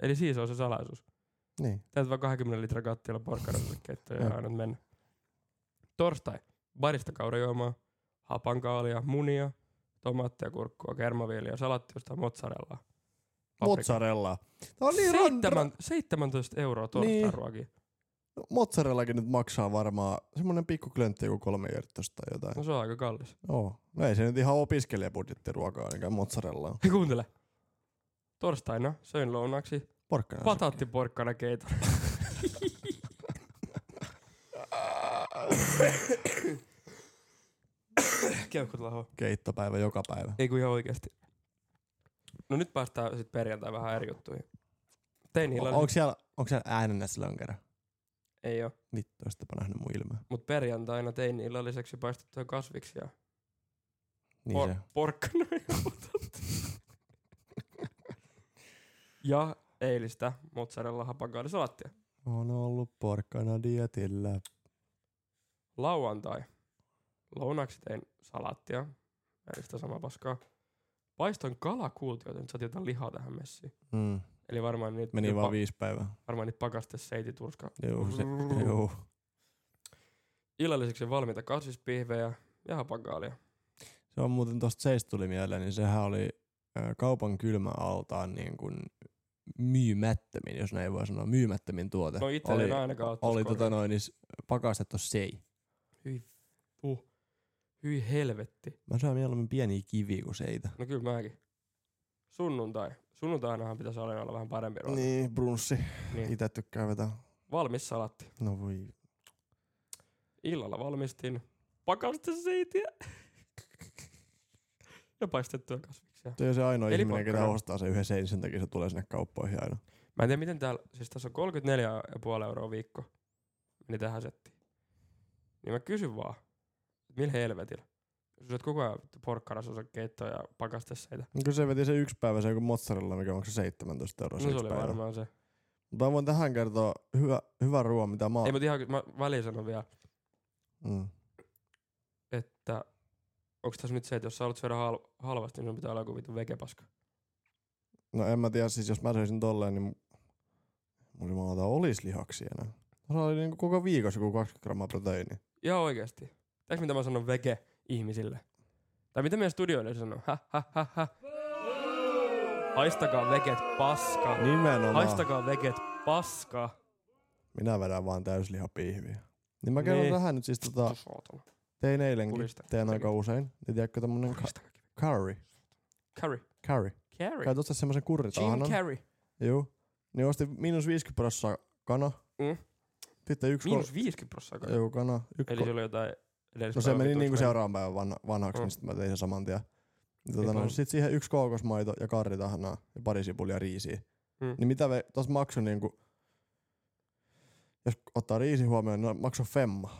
Eli siis on se salaisuus.
Niin.
Täytyy vaan 20 litran kattila porkkaraskeittoa ja
Jep.
aina mennä. Torstai. Barista kaurajuomaa, hapankaalia, munia, tomaattia, kurkkua, kermaviiliä, salattiusta, mozzarellaa. Paprika.
Mozzarella. Tämä on niin
Seitsemän,
Seitsemän.
17 euroa torstai
Niin.
niin. ruokia.
Mozzarellakin nyt maksaa varmaan semmonen pikku klöntti joku kolme yrttästä tai jotain.
No se on aika kallis.
Joo. No ei se nyt ihan opiskelijabudjettiruokaa ainakaan mozzarellaa.
Hei kuuntele. Torstaina söin lounaksi
Porkkana.
pataattiporkkana keiton. Keuhkot lahoa.
Keittopäivä joka päivä.
Ei kun ihan oikeesti. No nyt päästään sit perjantai vähän eri juttuihin. Tein
O-
illallisen...
onko siellä, onko siellä äänenä silloin kerran?
Ei oo.
Vittu, olisittepä nähnyt mun ilmeä.
Mut perjantaina tein illalliseksi paistettuja kasviksia.
Niin
Por-
se.
porkkana ja potattia. Ja eilistä mozzarella hapankaalisalattia.
On ollut porkkana dietillä.
Lauantai. Lounaksi tein salattia. Eilistä sama paskaa. Paistoin kalakuutioita, nyt saatiin jotain lihaa tähän messiin.
Mm.
Eli varmaan niitä,
Meni vaan
pa-
viisi päivää.
varmaan niitä pakaste seiti turska.
Joo, se, joo.
Illalliseksi valmiita kasvispihvejä ja hapakaalia.
Se on muuten tosta seistä tuli mieleen, niin sehän oli ö, kaupan kylmäaltaan niin kuin myymättömin, jos näin voi sanoa, myymättömin tuote.
No itse
oli,
en ainakaan ottais
oli
korjaa.
tota noin, niin s- pakastettu sei.
Uh. Hyi helvetti.
Mä syön mieluummin pieniä kiviä kuin seitä.
No kyllä mäkin. Sunnuntai. Sunnuntainahan pitäisi aina olla vähän parempi ruoka.
Niin, brunssi.
Niin.
Itä tykkää vetää.
Valmis salatti.
No voi.
Illalla valmistin pakasteseitiä ja paistettuja kasviksia.
Se on se ainoa
Eli
ihminen, ketä
pakkana.
ostaa se yhden sein, sen takia se tulee sinne kauppoihin aina.
Mä en tiedä miten täällä, siis tässä on 34,5 euroa viikko, meni tähän settiin. Niin mä kysyn vaan, että millä helvetillä? Sä syöt koko ajan vittu porkkanasuusen keittoa ja pakasteseitä.
No Kyllä se veti se yksi päivä se joku mozzarella, mikä onko se 17 euroa
No
se
se
yksi
oli
päivä.
varmaan se.
Mutta mä voin tähän kertoa hyvä, hyvä ruoan, mitä mä
Ei,
oon.
mutta ihan, mä väliin sanon vielä,
Mm.
että onko tässä nyt se, että jos sä haluat syödä hal- halvasti, niin sun pitää olla joku vittu vegepaska.
No en mä tiedä, siis jos mä söisin tolleen, niin mun jumalauta olis lihaksia enää. No Se oli niinku koko viikossa joku 20 grammaa proteiini.
Ihan oikeesti. Tiedätkö mitä mä sanon vege ihmisille? Tai mitä meidän studioille sanoo? Hä, hä, hä, hä. Haistakaa veget paska.
Nimenomaan.
Haistakaa veget paska.
Minä vedän vaan täyslihapihviä. Niin mä kerron
Niin.
tähän nyt siis tota,
Saatana.
tein eilenkin,
Kurista.
teen aika usein. Niin tiedätkö tämmönen ka-
Kurista.
curry?
Carry.
Curry.
Carry.
Käyt ostaa semmosen
Jim
kurritaahanan.
Carry.
Juu. Niin ostin miinus 50 prossaa kana.
Mm.
Sitten yksi
Miinus 50 prosenttia.
Joo, kana. Yksi
Eli
ko-
se oli jotain edes
no se meni niinku
seuraa.
seuraavan päivän vanha, vanhaksi,
Mm.
niin sitten mä tein sen saman tien. Niin
Niin
Tota, no,
on.
sit siihen yksi kookosmaito ja karritahnaa ja pari sipulia riisiä.
Mm.
Niin mitä ve, tos maksoi niinku, jos ottaa riisi huomioon, niin maksoi femma.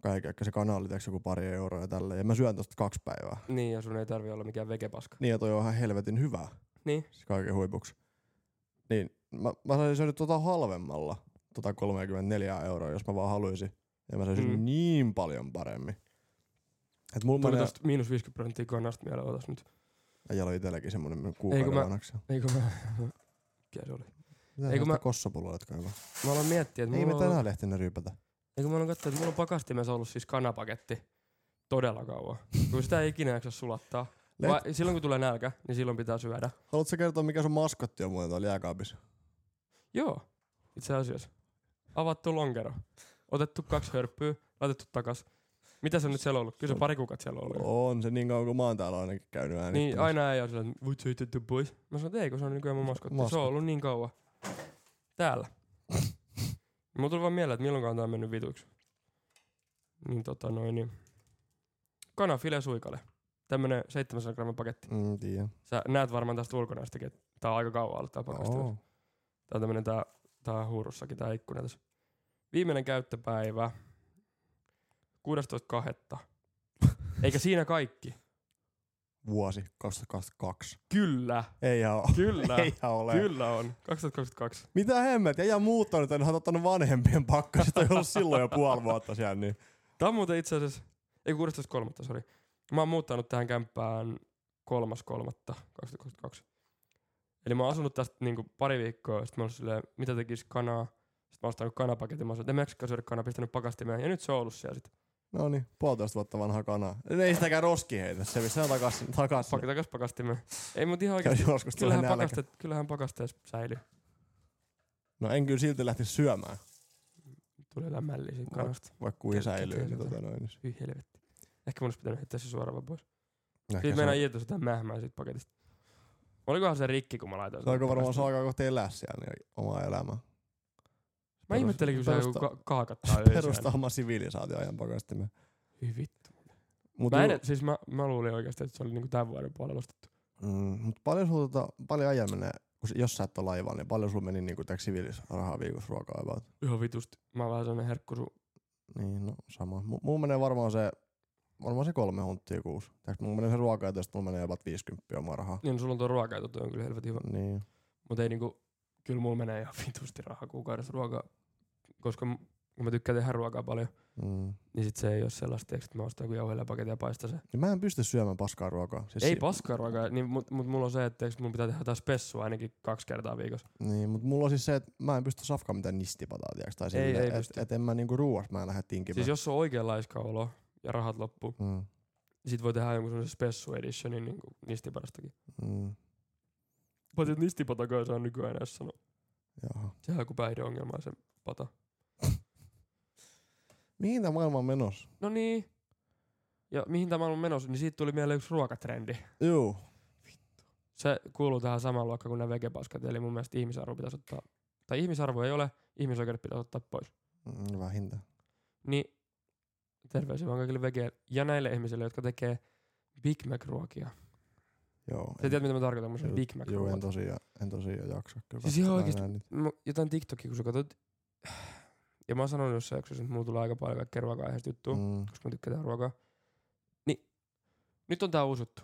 Kaiken, se kana oli tiiäks joku pari euroa ja tälleen. Ja mä syön tosta kaksi päivää.
Niin, ja sun ei tarvi olla mikään vegepaska.
Niin ja toi on ihan helvetin hyvää.
Niin.
Siis kaiken huipuksi. Niin mä, mä saisin syödä tota halvemmalla, tota 34 euroa, jos mä vaan haluaisin. Ja mä saisin
Mm.
mm. niin paljon paremmin. Et mulla
Tuli
menee,
tosta miinus 50 prosenttia kannasta mieleen, otas nyt.
äijällä on itelläkin semmonen kuukauden
mä-
vanhaksi.
Eikö mä... Mikä se oli?
Mitä
Eikö
Eikö
mä-
mä... kossapulloja, jotka on hyvä?
Mä aloin miettiä, että
Ei me
mulla on
tänään lehtinä ryypätä.
Eikö mä oon katsoa, että mulla on pakastimessa ollut siis kanapaketti todella kauan. Kun sitä ei ikinä jaksa sulattaa.
Let...
Va- silloin kun tulee nälkä, niin silloin pitää syödä.
Haluatko sä kertoa, mikä sun maskotti on muuten tuolla jääkaapissa?
Joo, itse asiassa. Avattu lonkero. Otettu kaksi hörppyä, laitettu takas. Mitä se on nyt siellä ollut? Kyllä se pari kuukautta siellä on ollut. jo.
On se niin kauan kuin mä oon täällä ainakin käynyt
Niin
äänittämässä.
aina ei ole sellainen, voit sä itse pois. Mä sanoin, että ei, kun se on nykyään mun maskotti. Se on
Maskotti.
ollut niin kauan. Täällä. Mulla tuli vaan mieleen, että milloinkaan tää on mennyt vituiksi. Niin tota noin, niin. Kanafile suikale. Tämmönen 700 gramman paketti.
Mm, tiiä.
Sä näet varmaan tästä ulkonäöstäkin, että tää on aika kauan ollut tää pakastin.
Oo.
Tää on tämmönen tää, tää on huurussakin tää ikkuna tässä. Viimeinen käyttöpäivä. 16.2. Eikä siinä kaikki.
Vuosi 2022.
Kyllä,
Ei ihan ole.
kyllä,
Eihän ole.
kyllä on. 2022.
Mitä hemmet? Jäijä on muuttanut tänne, hän on ottanut vanhempien pakkaset, on ollut silloin jo puoli vuotta siellä. Niin.
Tää on muuten itse asiassa, ei 16.3. sori. Mä oon muuttanut tähän kämppään 3.3.2022. Eli mä oon asunut tästä niinku pari viikkoa, ja sit mä oon ollut silleen, mitä tekis kanaa. Sit mä oon ostanut kanapaketin, mä oon sanonut, että en mä jaksakaan syödä kanaa, pistänyt pakastimeen. Ja nyt se on ollut siellä sit.
No niin, puolitoista vuotta vanha kana. Ei sitäkään roski heitä, se pistää takaisin. takaisin.
Pak- takas pakastimeen. Ei mut ihan
Käy
oikeesti.
Joskus tulee
Kyllähän,
nälkä.
pakasteet, kyllähän pakasteessa säilyy.
No en kyllä silti lähti syömään,
Tulee jotain mälliä siitä
Mä-
kanasta.
vaikka kuin
Kerkeä
säilyy. Niin,
tehdä.
tota noin. niin-
Hyi helvetti. Ehkä mun olisi pitänyt heittää se suoraan vaan pois.
Ehkä
Siitä
se on-
meinaa iätä jotain mähmää siitä paketista. Olikohan se rikki, kun mä laitoin
Se alkoi varmaan se
pakastimeen?
alkaa kohta elää siellä niin omaa elämää.
Mä ihmettelin, kun se joku
perusta-
ka- kaakattaa
Perustaa
yöllä.
oma sivilisaatio ajan pakastimen.
Hyi vittu.
Mut,
Mä,
mä
en, siis mä, mä luulin oikeasti, että se oli niinku tämän vuoden puolella ostettu.
mm, mut paljon sulla, tota, paljon ajan menee, kun s- jos sä et ole laivalla, niin paljon sulla meni niinku täks sivilisrahaa viikossa ruokaa about?
Ihan vitusti. Mä oon vähän sellainen herkku sun.
Niin, no sama. M- mulla menee varmaan se, varmaan se kolme hunttia kuusi. Tiedätkö, mulla menee se ruoka, ja tästä mulla menee jopa 50 marhaa.
Niin sulla on tuo ruoka ja on kyllä helvetin hyvä.
Niin.
Mutta ei niinku, kyllä mulla menee ihan vitusti rahaa kuukaudessa ruokaa. Koska m- kun mä tykkään tehdä ruokaa paljon,
Mm.
Niin sit se ei ole sellaista, tiiäks, että mä ostan joku jauhelipaketin ja paistan se.
Ja Niin mä en pysty syömään paskaa ruokaa. Siis
Ei
si-
paskaruokaa, niin, mutta mut mulla on se, että tiiäks, mun pitää tehdä jotain spessua ainakin kaksi kertaa viikossa.
Niin, mutta mulla on siis se, että mä en pysty safkaan mitään nistipataa, tiiäks, tai
Ei,
sille,
ei
että
pysty.
et en mä niinku ruuasta mä en lähde tinkimään.
Siis jos on oikein laiska olo ja rahat loppu,
mm.
niin sit voi tehdä jonkun semmoisen spessu editionin niin nistiparastakin.
Mm.
Paitsi että nistipatakaan se on nykyään edes sanoa.
Jaha.
Sehän on joku päihdeongelma se pata.
Mihin tämä maailma on menossa?
No niin. Ja mihin tämä on menossa, niin siitä tuli mieleen yksi ruokatrendi.
Juu.
Se kuuluu tähän samaan luokkaan kuin nämä vegepaskat, eli mun mielestä ihmisarvo pitäisi ottaa, tai ihmisarvo ei ole, ihmisoikeudet pitäisi ottaa pois.
Mm, vähintään.
Niin terveisiä vaan kaikille vege- ja näille ihmisille, jotka tekee Big Mac-ruokia.
Joo.
Sä tiedät, mitä mä tarkoitan, kun se on
Joo,
Big mac
Joo, en tosiaan, en tosiaan jaksa kyllä.
Siis ihan
katsoa
oikeesti-
enää niitä.
Mä- Jotain TikTokia, kun sä katsot, ja mä oon sanonut jossain jaksossa, että mulla tulee aika paljon kaikkea ruoka-aiheista juttua.
Mm.
koska mä tykkään ruokaa. Niin, nyt on tää uusuttu.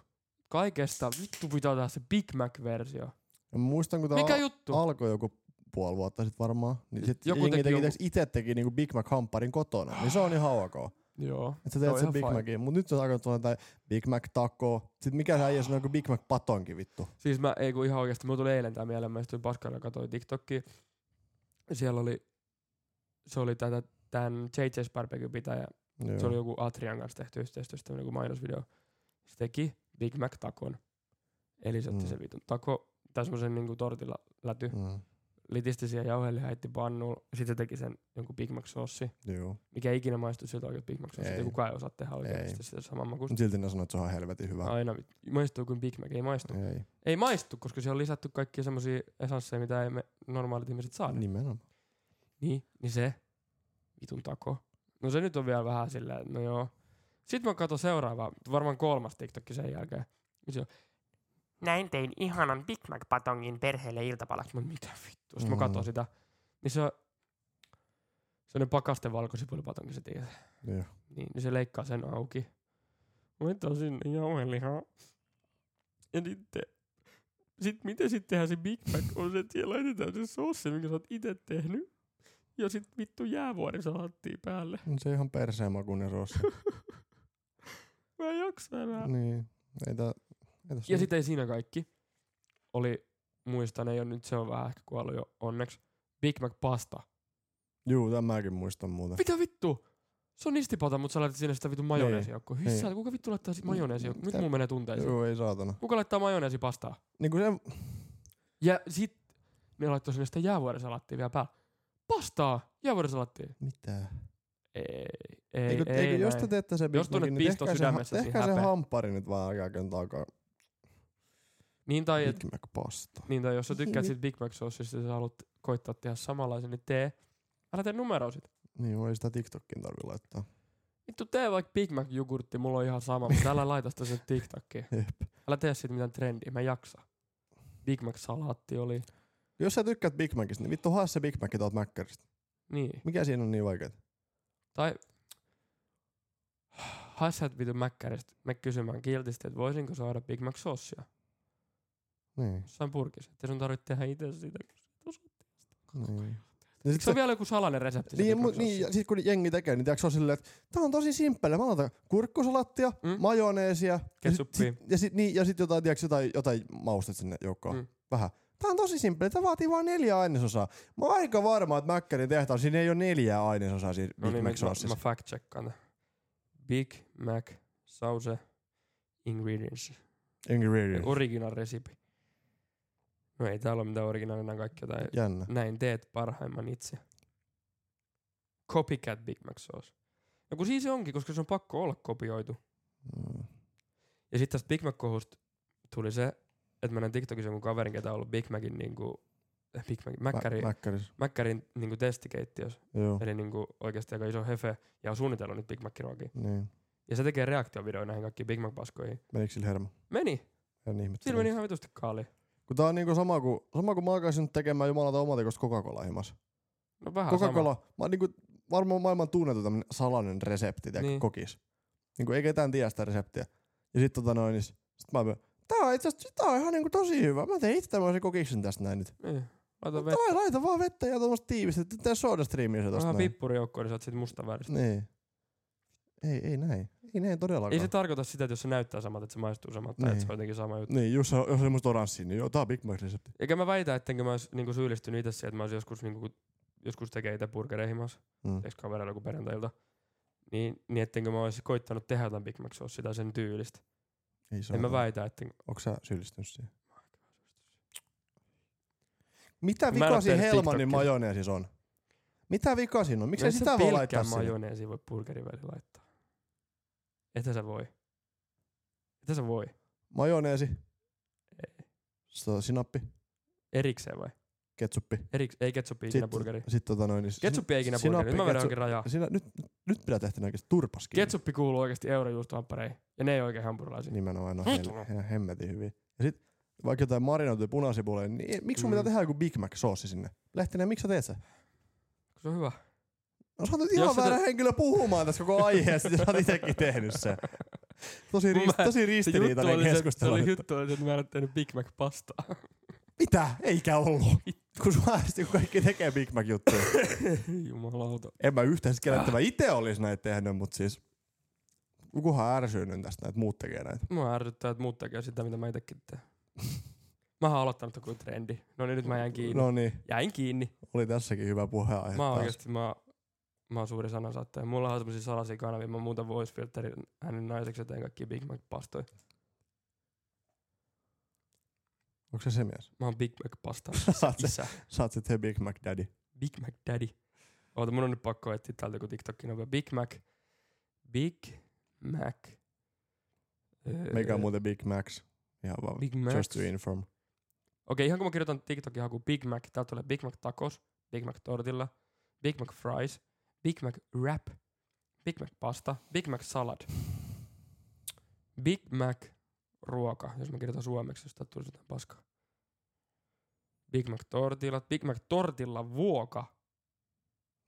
Kaikesta vittu pitää tehdä se Big Mac-versio.
Ja mä muistan, kun tämä
Mikä juttu?
alkoi joku puoli vuotta sitten varmaan, niin sit
Joku
joku jengi
teki
teki,
jonkun-
teki itse teki niinku Big Mac hampparin kotona, niin se on ihan ok.
Joo.
Että sä
Se on
teet sen
ihan
Big
fine.
Macin, mut nyt se on alkanut tulla tai Big Mac taco, sit mikä se äijä sanoo, joku Big Mac patonkin vittu.
Siis mä, ei kun ihan oikeesti, mulla tuli eilen tää mieleen, mä istuin paskalla ja katsoin TikTokki. Siellä oli, se oli tätä, tän JJ's Barbecue pitäjä.
Joo.
Se oli joku Atrian kanssa tehty yhteistyössä tämmönen joku mainosvideo. Se teki Big Mac takon. Eli se otti
Mm.
sen vitun tako, tai semmosen niinku tortilla läty.
Mm.
Litisti siihen jauhelle, heitti pannuun. Sitten se teki sen jonkun Big Mac sossi.
Mm, Joo.
mikä ei ikinä maistu siltä oikein Big Mac soosista.
Ei.
Kukaan ei osaa tehdä oikeasti
Ei.
sitä saman makuista.
Mut silti ne sanoo, että se on ihan helvetin hyvä.
Aina vit- maistuu kuin Big Mac, ei maistu. Ei,
Ei.
ei maistu, koska siellä on lisätty kaikkia semmoisia esansseja, mitä ei me normaalit ihmiset saa. Niin.
Nimenomaan.
niin, niin se vitun tako. No se nyt on vielä vähän silleen, että no joo. Sitten mä katson seuraavaa, varmaan kolmas TikTokki sen jälkeen. Ja Se on,
Näin tein ihanan Big Mac-patongin perheelle iltapalaksi.
mä mitä vittu. Sitten mä
Mm.
katson sitä. Niin se on, se on ne pakasten valkosipulipatonkin, se tiedät.
Joo.
Niin, niin se leikkaa sen auki. Laittaa sinne jauhelihaa. Ja sitten... Sit, miten sitten tehdään se Big Mac on se, että siellä laitetaan se sossi, minkä sä oot itse tehnyt. Ja sit vittu jäävuorisalaattia päälle.
No Se on ihan perseen makuinen rossi.
Mä en jaksa enää.
niin. Ei tää... Ei tässä
Ja sitten ei siinä kaikki. Oli, muistan, ei ole nyt se on vähän ehkä kuollut jo onneksi. Big Mac pasta.
Juu, tämän mäkin muistan muuten.
Mitä vittu? Se on nistipata, mutta sä laitat sinne sitä vittu majoneesijoukkoa.
Niin.
Hissää, kuka vittu laittaa sit majoneesijoukkoa? Nyt
Tää-
mun menee tunteisiin.
Joo, ei saatana.
Kuka laittaa majoneesi pastaa?
Niinku se...
Ja sit ne laittoi sinne sitä jäävuorisalaattia vielä päälle. Pastaa! Jäävuorisalaattia.
Mitä?
Ei, ei,
Eikö,
ei,
eikö, jos
näin.
te teette sen
Jos
Big Macin,
tunnet
niin
piston
tehkää
sydämessä,
se,
siinä
tehkää se
häpeä.
hamppari nyt vaan älkää takaa
Niin tai, et,
Big Mac pasta.
niin tai jos sä tykkäät
Niin.
siitä Big Mac soosista ja sä haluat koittaa tehdä samanlaisen, niin tee. Älä tee numeroa sit.
Niin, voi sitä TikTokin tarvi laittaa.
Vittu tee vaikka Big Mac jogurtti, mulla on ihan sama, mutta älä laita sitä sinne TikTokiin.
Jep.
Älä tee siitä mitään trendiä, mä en jaksa. Big Mac salaatti oli.
Jos sä tykkäät Big Macista, niin vittu hae se Big Mac tuolta Mäkkäristä.
Niin.
Mikä siinä on niin vaikeet?
Tai hae sä et vitun mäkkäristä. Mä kysymään kiltisti, että voisinko saada Big Mac sossia.
Niin.
Jossain purkissa. Että sun tarvitse tehdä itse sitä.
niin. Ja sit
Se
se,
on vielä joku salainen resepti. se
niin,
Big
mu,
Mac
niin,
sossi.
ja sit kun jengi tekee, niin tiiäks se on silleen, että tää on tosi simppele. Mä laitan kurkkusalattia,
Mm.
mm? majoneesia. Ja
Ketsuppia.
sit, sit, ja sit, niin, ja sit jotain, tiiäks, jotain, jotain maustet sinne joukkoon.
Mm.
Mm. Vähän. Tää on tosi simppeli. Tää vaatii vaan neljä ainesosaa. Mä oon aika varma, että Mäkkärin tehtaan, siinä ei ole neljää ainesosaa siinä
No
Big
niin,
Mac
nyt mä,
sossissa.
mä fact checkaan tän. Big Mac sauce ingredients.
Ingredients.
Original recipe. No ei täällä ole mitään originaalia, nää kaikki jotain.
Jännä.
Näin teet parhaimman itse. Copycat Big Mac sauce. No kun siis se onkin, koska se on pakko olla kopioitu.
Mm.
Ja sitten tästä Big Mac-kohusta tuli se, että mä näin TikTokissa jonkun kaverin, ketä on ollut Big Macin niinku, eh, Big Mac, Mäkkäri,
Mä, mäkkäris.
Mäkkärin niinku testikeittiössä.
Joo.
Eli niinku oikeasti aika iso hefe ja on suunnitellut nyt Big Mac-ruokia.
Niin.
Ja se tekee reaktiovideoja näihin kaikkiin Big Mac-paskoihin.
Menikö sillä hermo?
Meni.
En ihmettä.
Siinä meni ihan vitusti kaali.
Kun tää on niinku sama kuin, sama kuin mä alkaisin nyt tekemään jumalata omatekosta Coca-Colaa himas.
No vähän sama.
Coca-Cola, mä oon niinku varmaan maailman tunnetu tämmönen salainen resepti, tiedätkö,
Niin.
niin. kokis. Niinku ei ketään tiedä sitä reseptiä. Ja sit tota noin, niin s- sit mä oon, tää on itseasiassa, tää on ihan niinku tosi hyvä. Mä teen itse tämmöisen kokiksen tästä näin nyt.
Niin.
No,
Laita vettä.
Tai laita vaan vettä ja tommosta tiivistä, tee soda streamia se tosta
Vähän
näin.
pippurijoukkoon, niin sä oot sit musta väristä.
Niin. Ei, ei näin. Ei näin todellakaan.
Ei se tarkoita sitä, että jos se näyttää samalta, että se maistuu samalta, tai
No, Niin.
että se on jotenkin sama juttu.
niin, jos se on, jos on semmoista oranssia, niin joo, tää on Big Mac resepti.
Eikä mä väitä, ettenkö mä olisi niinku syyllistynyt itse siihen, että mä olisin joskus, niinku, joskus tekee itse burgereihin mä
Mm.
teeks kavereilla joku perjantailta, niin, niin ettenkö mä olisi koittanut tehdä jotain Big Mac Sauce tai sen tyylistä.
Ei se
en mä
ole.
väitä, että
Onko sä syyllistynyt siihen? Mitä
Mä en oo
vikaa siinä
tehnyt
Helmanin
TikTokia.
majoneesissa on? Mitä vikaa siinä on? Miksei sitä voi laittaa sinne?
majoneesi voi burgerin väliin laittaa. Etä sä voi. Etä sä voi.
Majoneesi. Sitten on sinappi,
Erikseen vai?
ketsuppi.
Eriks, ei ketsuppi ikinä
Sitten-
burgeri.
Sitten tota noin. Niin sin-
Ketsuppi ei ikinä
sinappi,
burgeri. Nyt mä vedän
ketsu-
oikein rajaa.
Sinä, nyt, nyt pitää tehdä oikeasti turpas kiinni.
Ketsuppi kuuluu oikeasti eurojuustohamppareihin. Ja ne ei oikein hampurilaisia.
Nimenomaan no,
Ei
hel-
tullut.
ihan hemmetin hyvin. Ja sit vaikka jotain marinoituja punasipuleja, niin ei- miksi sun pitää
Mm.
tehdä joku Big Mac soosi sinne? Lehtinen, miksi sä teet sen?
Se on hyvä.
No sä oot nyt ihan
Jos sä
väärä
te-
henkilö puhumaan tässä koko aiheesta, jos sä oot itekin tehnyt sen. Tosi,
Mun
rist,
mä-
tosi
Se juttu
ristiriitainen
oli se, se
keskustelu.
oli
nyt.
juttu oli se, että mä en ole tehnyt Big Mac pastaa.
Mitä? Eikä ollut. Kun sua äästi, kun kaikki tekee Big Mac juttuja.
Jumalauta.
en mä yhtään siis kellä, että mä ite olis näitä tehnyt, mutta siis kukuhan ärsynyt tästä näitä, muut tekee näitä.
Mua ärsyttää, että muut tekee sitä, mitä mä itsekin teen. Mä oon aloittanut joku trendi. No niin, nyt mä jäin kiinni. No.
No niin,
Jäin kiinni.
oli tässäkin hyvä puheenaihe.
Mä oon
taas.
oikeesti, mä, mä oon suuri sanansaattaja. Mulla on tämmösiä salaisia kanavia. Mä muutan voice filterin hänen naiseksi ja teen kaikki Big Mac pastoja.
Onko se se mies?
Mä oon Big Mac pasta
Sä oot se-
isä.
Sä oot sitten Big Mac Daddy.
Big Mac daddy. Oota, mun on nyt pakko etsiä täältä joku TikTokin nopea. Big Mac. Big Mac. Öö,
Mikä on muuten Big Macs? Ihan vaan
Big
just
Mac.
to inform.
Okei, ihan kun mä kirjoitan TikTokin haku Big Mac, täältä tulee Big Mac tacos, Big Mac tortilla, Big Mac fries, Big Mac wrap, Big Mac pasta, Big Mac salad, Big Mac ruoka, jos mä kirjoitan suomeksi, jos täältä tulisi jotain paskaa. Big Mac tortilla, Big Mac tortilla vuoka,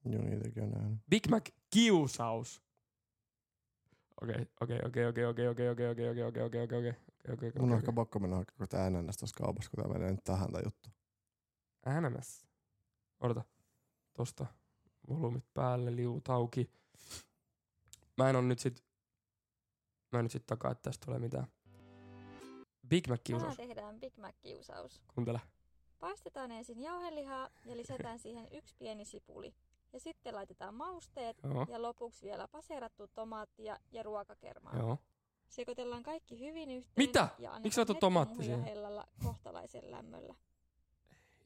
Joo, niitäkin on nähnyt.
Big Mac kiusaus. Okei, okei, okei, okei, okei, okei, okei, okei, okei, okei, okei, okei, okei, okei, okei,
Mun on
okei,
ehkä pakko mennä hakemaan tää NNS tuossa kaupassa, kun tää menee nyt tähän tää juttu.
NMS. Odota. Tosta. Volyymit päälle, liuut auki. Mä en on nyt sit... Mä en nyt sit takaa, että tästä tulee mitään. Big Mac
Tänään
kiusaus.
tehdään Big Mac-kiusaus.
Kuuntele.
Paistetaan ensin jauhelihaa ja lisätään siihen yksi pieni sipuli. Ja sitten laitetaan mausteet
Joo.
ja lopuksi vielä paserattu tomaattia ja ruokakermaa.
Joo.
Sekoitellaan kaikki hyvin yhteen
Mitä?
ja annetaan
Miksi sä otat
hetki
tomaatti
muhia
siihen?
hellalla kohtalaisen lämmöllä.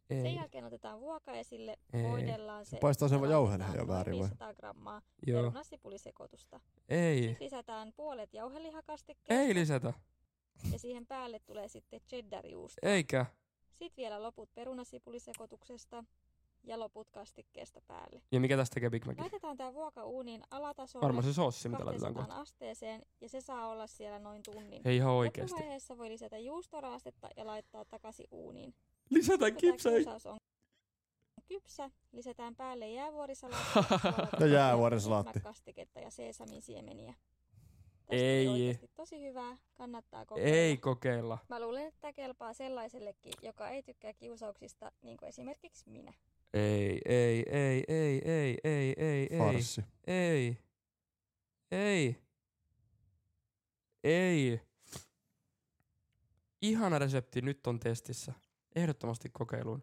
Sen
Ei.
jälkeen otetaan vuoka esille,
Ei.
voidellaan se.
Paistaa sen
ja
vaan jauhelihaa
laitetaan noin
väärin vai?
500 grammaa
Joo.
perunasipulisekoitusta.
Ei.
Sitten lisätään puolet jauhelihakastikkeesta
Ei lisätä.
ja siihen päälle tulee sitten cheddarjuusto.
Eikä.
Sitten vielä loput perunasipulisekoituksesta ja loput kastikkeesta päälle.
Ja mikä tästä tekee Big Macin?
Laitetaan tämä vuoka uuniin alatasolle
Varmaan se soossi, mitä laitetaan
200
kohta.
asteeseen ja se saa olla siellä noin tunnin.
Ei ihan oikeesti.
Loppuvaiheessa voi lisätä juustoraastetta ja laittaa takaisin uuniin.
Lisätään
Kun tää
kipsei.
kiusaus on kypsä, lisätään päälle jäävuorisalaatti. suolatonta
Ja jäävuorisalaatti.
Big Mac-kastiketta ja seesamin siemeniä. Tästä
Ei.
ei. Oikeasti tosi hyvää, kannattaa kokeilla.
Ei kokeilla.
Mä luulen, että tämä kelpaa sellaisellekin, joka ei tykkää kiusauksista, niin kuin esimerkiksi minä.
Ei, ei, ei, ei, ei, ei, ei, ei.
Farsi.
Ei. Ei. Ei. Ihana resepti nyt on testissä. Ehdottomasti kokeiluun.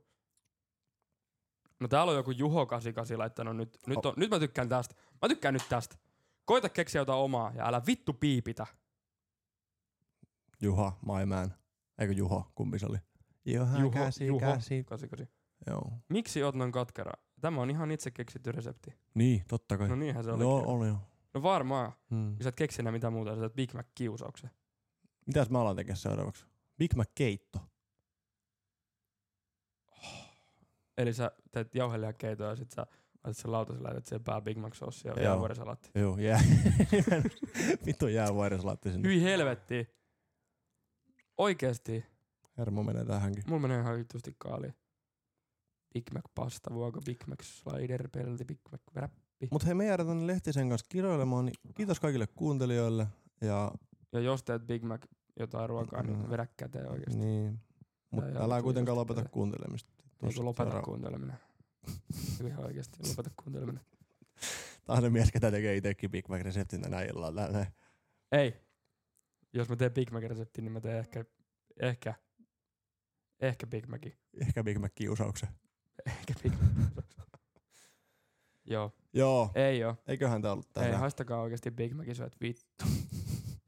No täällä on joku Juho 88 laittanut nyt. Nyt, on, nyt mä tykkään tästä. Mä tykkään nyt tästä. Koita keksiä jotain omaa ja älä vittu piipitä.
Juha, my man. Eikö Juho, kumpi se oli? Juha,
Juho, Juho 88.
Joo.
Miksi oot noin katkera? Tämä on ihan itse keksitty resepti.
Niin, totta kai.
No niinhän se oli.
Joo, oli joo.
No varmaan.
Mm.
Kun sä et keksi enää mitään muuta, sä teet Big Mac kiusauksen.
Mitäs mä alan tekemään seuraavaksi? Big Mac keitto.
Eli sä teet jauhelihakeitoa ja sit sä laitat sen lautaselle ja laitat siihen päälle Big Mac sossi ja
Joo.
jäävuorisalaatti.
Joo, jää. Vittu jäävuorislaatti sinne.
Hyi helvetti. Oikeesti.
Hermo menee tähänkin.
Mulla menee ihan vittusti kaali. Big Mac pasta, vuoko Big Mac slider, pelti, Big Mac wrap.
Mut hei, me jäädään tänne Lehtisen kanssa kiroilemaan, niin kiitos kaikille kuuntelijoille. Ja
Ja jos teet Big Mac jotain ruokaa,
Mm.
niin vedä käteen oikeesti.
Niin. Mut
Tää ei
älä
ole
kuitenkaan
tuijottaa
lopeta
tätä.
kuuntelemista.
Niin
Tuossa
lopeta
seuraava-
kuunteleminen. Ihan oikeesti, lopeta kuunteleminen.
Tää on se mies, ketä tekee itekin Big Mac-reseptin tänä illalla. Tää näin.
Ei. Jos mä teen Big Mac-reseptin, niin mä teen ehkä, ehkä, ehkä Big Mac.
Ehkä Big Mac-kiusauksen.
Ehkä Big Mac. Joo,
Joo,
ei oo.
eiköhän tää ollut
Ei,
tänään.
haistakaa oikeesti Big Macin syöt vittu.